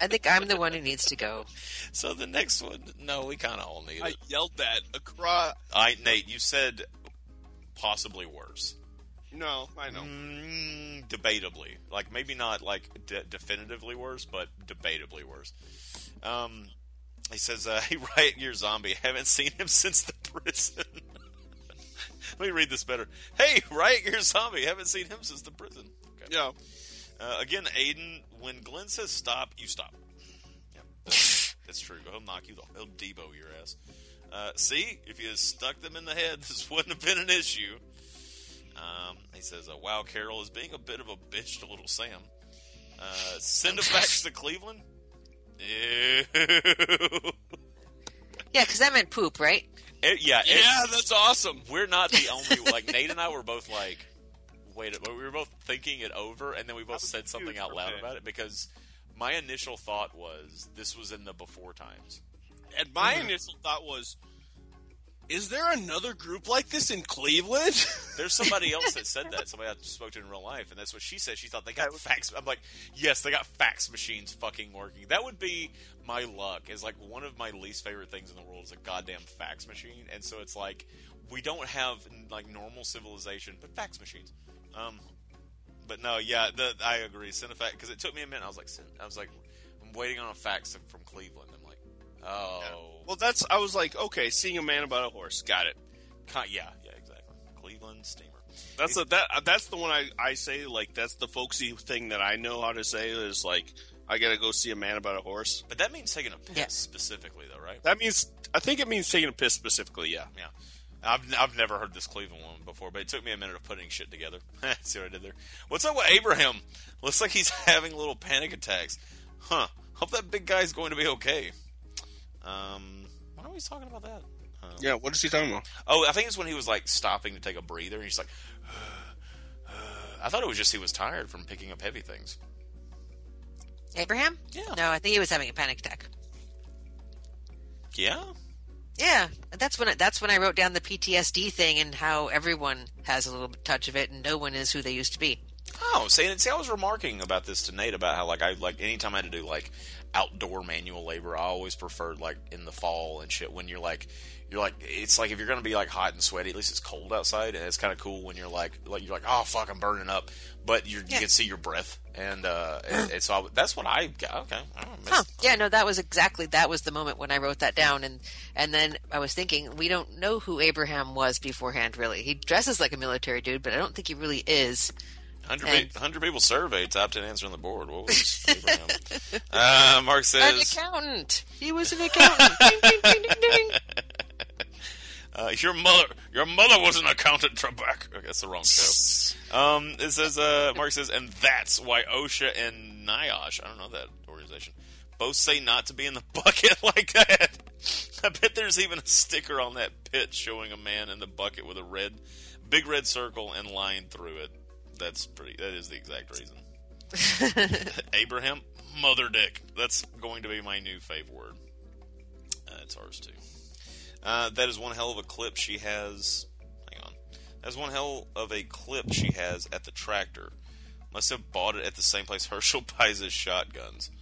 I think I'm the one who needs to go. So the next one, no, we kind of all need it. I yelled that across. I Nate, you said possibly worse. No, I know. Mm, debatably, like maybe not like de- definitively worse, but debatably worse. Um, he says, uh, "Hey, Riot Gear Zombie, haven't seen him since the prison." let me read this better. Hey, Riot Gear Zombie, haven't seen him since the prison. Okay. Yeah. Uh, again, Aiden, when Glenn says stop, you stop. Yep. That's, that's true. He'll knock you. He'll Debo your ass. Uh, see, if you stuck them in the head, this wouldn't have been an issue. Um, he says, uh, "Wow, Carol is being a bit of a bitch to little Sam. Uh, send him back to Cleveland." Eh, Ew. Yeah, because that meant poop, right? It, yeah, eh, it, yeah, that's awesome. We're not the only like Nate and I were both like, wait, we were both thinking it over, and then we both said something out loud about it because my initial thought was this was in the before times, and my initial thought was. Is there another group like this in Cleveland? There's somebody else that said that. Somebody I spoke to in real life, and that's what she said. She thought they got fax. I'm like, yes, they got fax machines fucking working. That would be my luck. Is like one of my least favorite things in the world is a goddamn fax machine, and so it's like we don't have like normal civilization, but fax machines. Um, but no, yeah, the, I agree. Send a fax because it took me a minute. I was like, send, I was like, I'm waiting on a fax from Cleveland. I'm like, oh. Yeah. Well, that's I was like, okay, seeing a man about a horse, got it. yeah, yeah, exactly. Cleveland steamer. That's a, that. That's the one I, I say like that's the folksy thing that I know how to say is like I gotta go see a man about a horse. But that means taking a piss yeah. specifically, though, right? That means I think it means taking a piss specifically. Yeah, yeah. I've, I've never heard this Cleveland one before, but it took me a minute of putting shit together. see what I did there? What's up with Abraham? Looks like he's having little panic attacks. Huh. Hope that big guy's going to be okay. Um, when are we talking about that? Um, yeah, what is he talking about? Oh, I think it's when he was like stopping to take a breather, and he's like, I thought it was just he was tired from picking up heavy things. Abraham? Yeah. No, I think he was having a panic attack. Yeah. Yeah, that's when I, that's when I wrote down the PTSD thing and how everyone has a little touch of it and no one is who they used to be. Oh, see, and see, I was remarking about this to Nate about how like I like anytime I had to do like outdoor manual labor, I always preferred like in the fall and shit when you're like you're like it's like if you're gonna be like hot and sweaty, at least it's cold outside and it's kind of cool when you're like like you're like oh fuck I'm burning up, but you're, you can see your breath and uh and, and so I, that's what I got. Okay, I don't miss- Huh. Yeah, no, that was exactly that was the moment when I wrote that down and and then I was thinking we don't know who Abraham was beforehand really. He dresses like a military dude, but I don't think he really is. 100, And- pe- 100 people surveyed, top 10 answer on the board. What was Abraham? uh, Mark An says, accountant. He was an accountant. Ding, ding, ding, ding, ding. uh, your mother your mother was an accountant, Trebek. Okay, that's the wrong show. Um, it says, uh, Mark says, and that's why OSHA and NIOSH, I don't know that organization, both say not to be in the bucket like that. I bet there's even a sticker on that pit showing a man in the bucket with a red, big red circle and line through it. That's pretty, that is the exact reason. Abraham, mother dick. That's going to be my new fave word. Uh, it's ours too. Uh, that is one hell of a clip she has. Hang on. That's one hell of a clip she has at the tractor. Must have bought it at the same place Herschel buys his shotguns.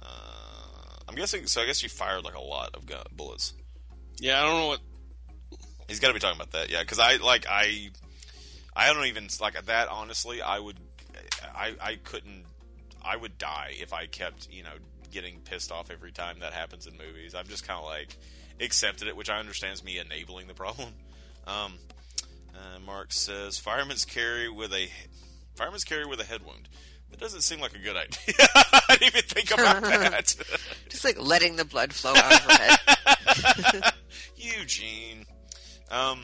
Uh, I'm guessing. So I guess she fired like a lot of gun, bullets. Yeah, I don't know what. He's got to be talking about that, yeah. Because I like I, I don't even like that. Honestly, I would, I I couldn't, I would die if I kept you know getting pissed off every time that happens in movies. I've just kind of like accepted it, which I understand is me enabling the problem. Um, uh, Mark says firemen's carry with a firemen's carry with a head wound. That doesn't seem like a good idea. I didn't even think about that. Just like letting the blood flow out of her head. Eugene. Um,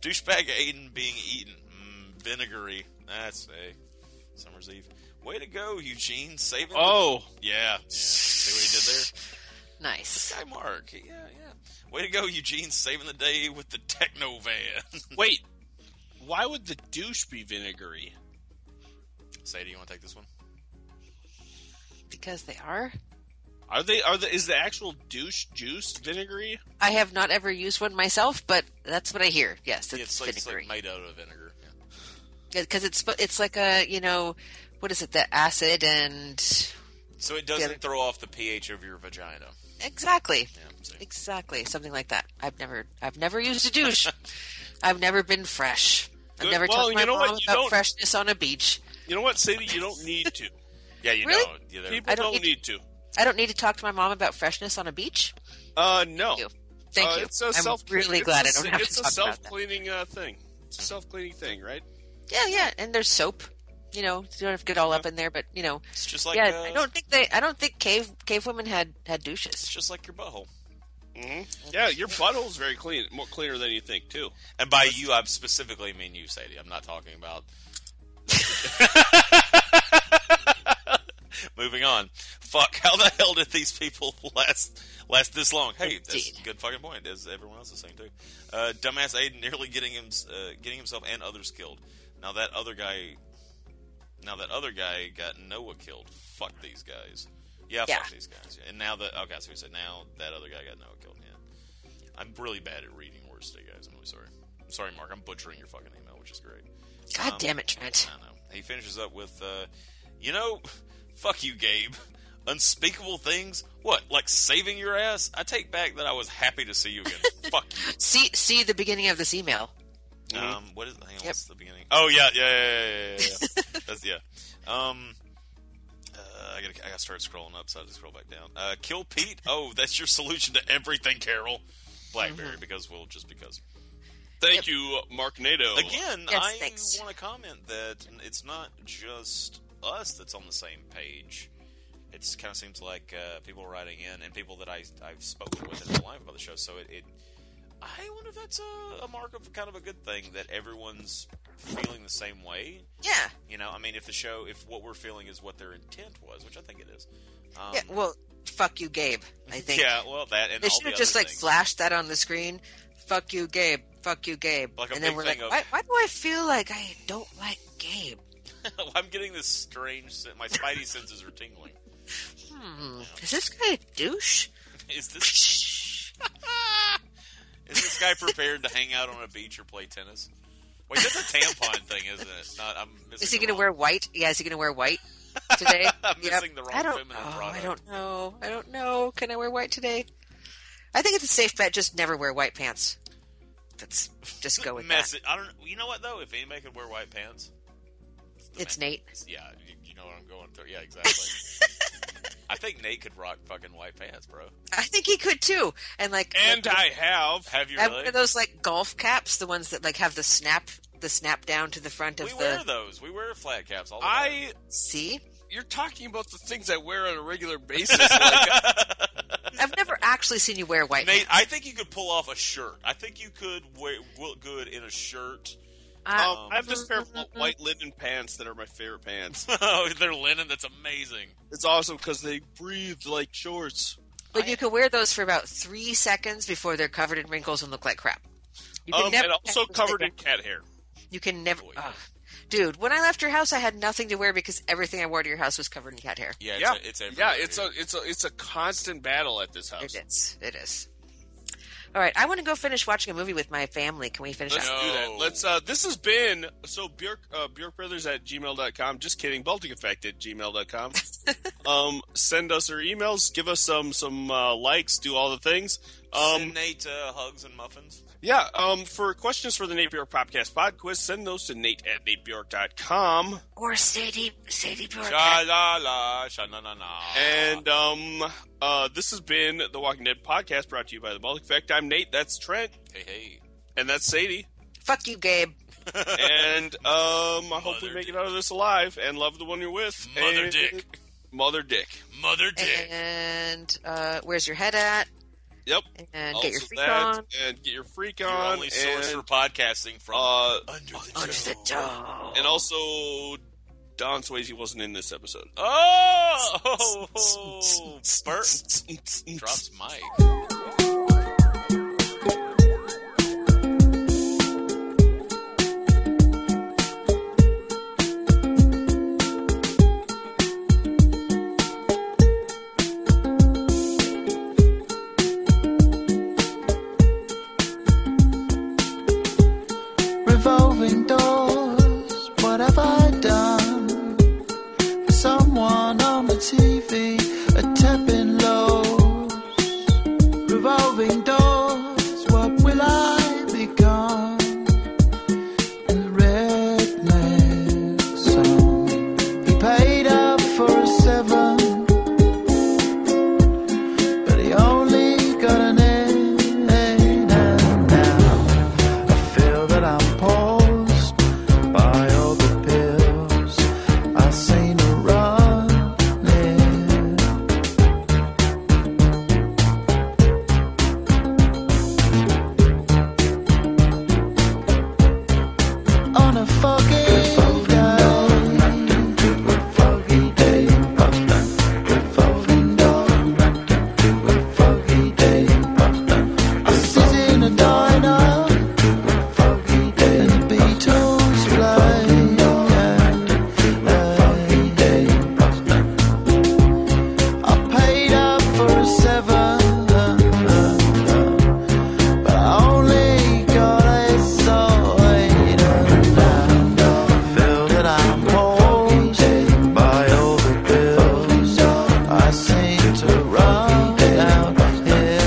douchebag Aiden being eaten. Mm, vinegary. That's a summer's eve. Way to go, Eugene. Saving. Oh, the- yeah. yeah. See Nice. what he did there? Guy Mark. Yeah, yeah. Way to go, Eugene. Saving the day with the techno van. wait. Why would the douche be vinegary? Sadie, you want to take this one? Because they are. Are they? Are the? Is the actual douche juice vinegary? I have not ever used one myself, but that's what I hear. Yes, It's, it's, like, it's vinegary. like made out of vinegar. Yeah. because it's sp- it's like a you know what is it the acid and So it doesn't throw off the pH of your vagina. exactly Yeah, see. exactly something like that i've never i've never used a douche i've never been fresh i've Good. never Well, talked to my you know what? mom You about don't- freshness on a beach You know what, Sadie? You don't need to. Yeah, you Really? don't. You People I don't, don't need need to. i don't need to talk to my mom about freshness on a beach Uh, no. Thank you. thank Uh, you It's a i'm self. really it's glad a, i don't have It's to a talk about that self-cleaning uh, thing. It's a self-cleaning thing, right? yeah yeah and there's soap you know you don't have to get all up in there but you know It's just like yeah uh, i don't think they i don't think cave cave women had had douches It's just like your butthole. Yeah, your butthole's very clean, more cleaner than you think too. And by you, I specifically mean you, Sadie. I'm not talking about. Moving on. Fuck. How the hell did these people last last this long? Hey, that's a Indeed. good fucking point. As everyone else is saying too. Uh, dumbass Aiden nearly getting him uh, getting himself and others killed. Now that other guy. Now that other guy got Noah killed. Fuck these guys. Yeah, Yeah. fuck these guys. Yeah. And now that okay, I see what you said. Now that other guy got Noah killed. Yeah. I'm really bad at reading words today, guys. I'm really sorry. I'm sorry, Mark. I'm butchering your fucking email, which is great. god Um, damn it trent I know. He finishes up with, uh, you know, fuck you, Gabe. Unspeakable things? What, like saving your ass? I take back that I was happy to see you again. fuck you. see see the beginning of this email Um, what is? Hang on, Yep. what's the beginning? Oh yeah, yeah, yeah, yeah, yeah. yeah. That's yeah. Um, uh, I gotta, I gotta start scrolling up, so I have to scroll back down. Uh, kill Pete. Oh, that's your solution to everything, Carol. Blackberry, because well, just because. Thank you, Mark Nato. Again, Yes, I thanks. want to comment that it's not just us that's on the same page. It kind of seems like uh, people writing in and people that I, I've spoken with in real life about the show. So it, it I wonder if that's a, a mark of kind of a good thing that everyone's feeling the same way. yeah You know, I mean, if the show, if what we're feeling is what their intent was, which I think it is. Um, Yeah, well, fuck you, Gabe. I think. yeah, well, that and they all should have the just other like things. flashed that on the screen. Fuck you, Gabe. Fuck you, Gabe. Like a and then big we're thing like, of- why, why do I feel like I don't like Gabe? I'm getting this strange. sen- My spidey senses are tingling. Is this guy a douche? Is this? Is this guy prepared to hang out on a beach or play tennis? Wait, that's a tampon thing, isn't it? Not, I'm missing Is he the going to wrong- wear white? Yeah, is he going to wear white today? I'm Yep. missing the wrong I don't, feminine oh, product. I don't know. I don't know. Can I wear white today? I think it's a safe bet. Just never wear white pants. That's just go with Mess it. I don't. You know what though? If anybody could wear white pants, that. It's Nate. yeah, you, you know what I'm going through. Yeah, exactly. I think Nate could rock fucking white pants, bro. I think he could too. And like, And I have. Have you I have really? one of those like golf caps, the ones that like have the snap, the snap down to the front of we the. wear those. We wear flat caps all the time. I. See, You're talking about the things I wear on a regular basis. Like, I've never actually seen you wear white. Nate, pants. I think you could pull off a shirt. I think you could wear, look good in a shirt. I- um, I have this pair of white linen pants that are my favorite pants. oh, they're linen. That's amazing. It's awesome because they breathe like shorts. but you can wear those for about three seconds before they're covered in wrinkles and look like crap. You Um, and also covered in cat hair. You can never. Ugh. Dude, when I left your house, I had nothing to wear because everything I wore to your house was covered in cat hair. Yeah, it's yeah, A, it's yeah, everywhere it's here. a it's a it's a constant battle at this house. It is. It is. All right, I want to go finish watching a movie with my family. Can we finish Let's up? do that. No. Let's. Uh, this has been so Bjork uh, Bjork Brothers at gmail.com. Just kidding. Baltic Effect at gmail.com. um, send us our emails. Give us some some uh, likes. Do all the things. Send Um, Nate uh, hugs and muffins. yeah. Um, for questions for the Nate Bjork Podcast Pod Quiz, send those to Nate at NateBjork.com. Or Sadie, Sadie Burke. Sha la la, sha na na na. And um, uh, this has been the Walking Dead podcast brought to you by the Baltic Effect. I'm Nate. That's Trent, hey hey. and that's Sadie. Fuck you, Gabe. and um, I hope we Mother make dick. it out of this alive and love the one you're with. Mother And- dick. Mother dick. Mother dick. And uh, where's your head at? Yep. And Also get your freak that, on. And get your freak Your on. only source for and, podcasting from uh, under the Under the dome. dog. and also, Don Swayze wasn't in this episode. Oh, Bert drops mic. revolving doors. What have I done? Someone on the TV, a tapping low. Revolving doors, what will I become? In the redneck song, he paid up for a seven. But he only got an eight and now I feel that I'm paused by all the pills I seen her running. On a foggy day. I sit in a diner and the Beatles play. I paid up for a seven, but I only got a solid. Feel that I'm posed by all the bills I seem to run out here.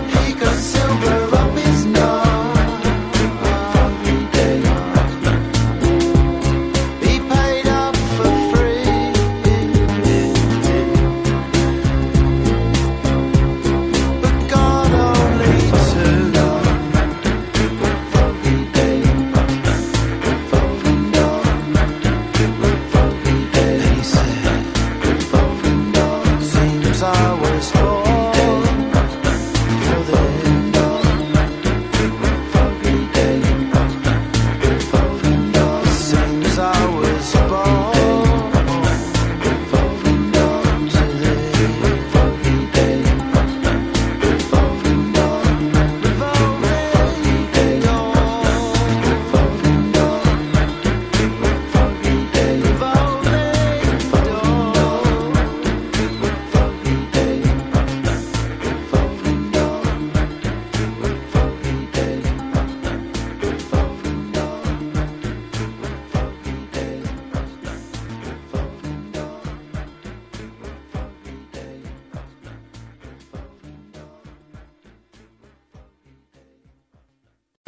Silver up his nose. He paid up for free. But God only took. He said, "Seems I was born for this. Seems I was born."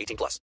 18 plus.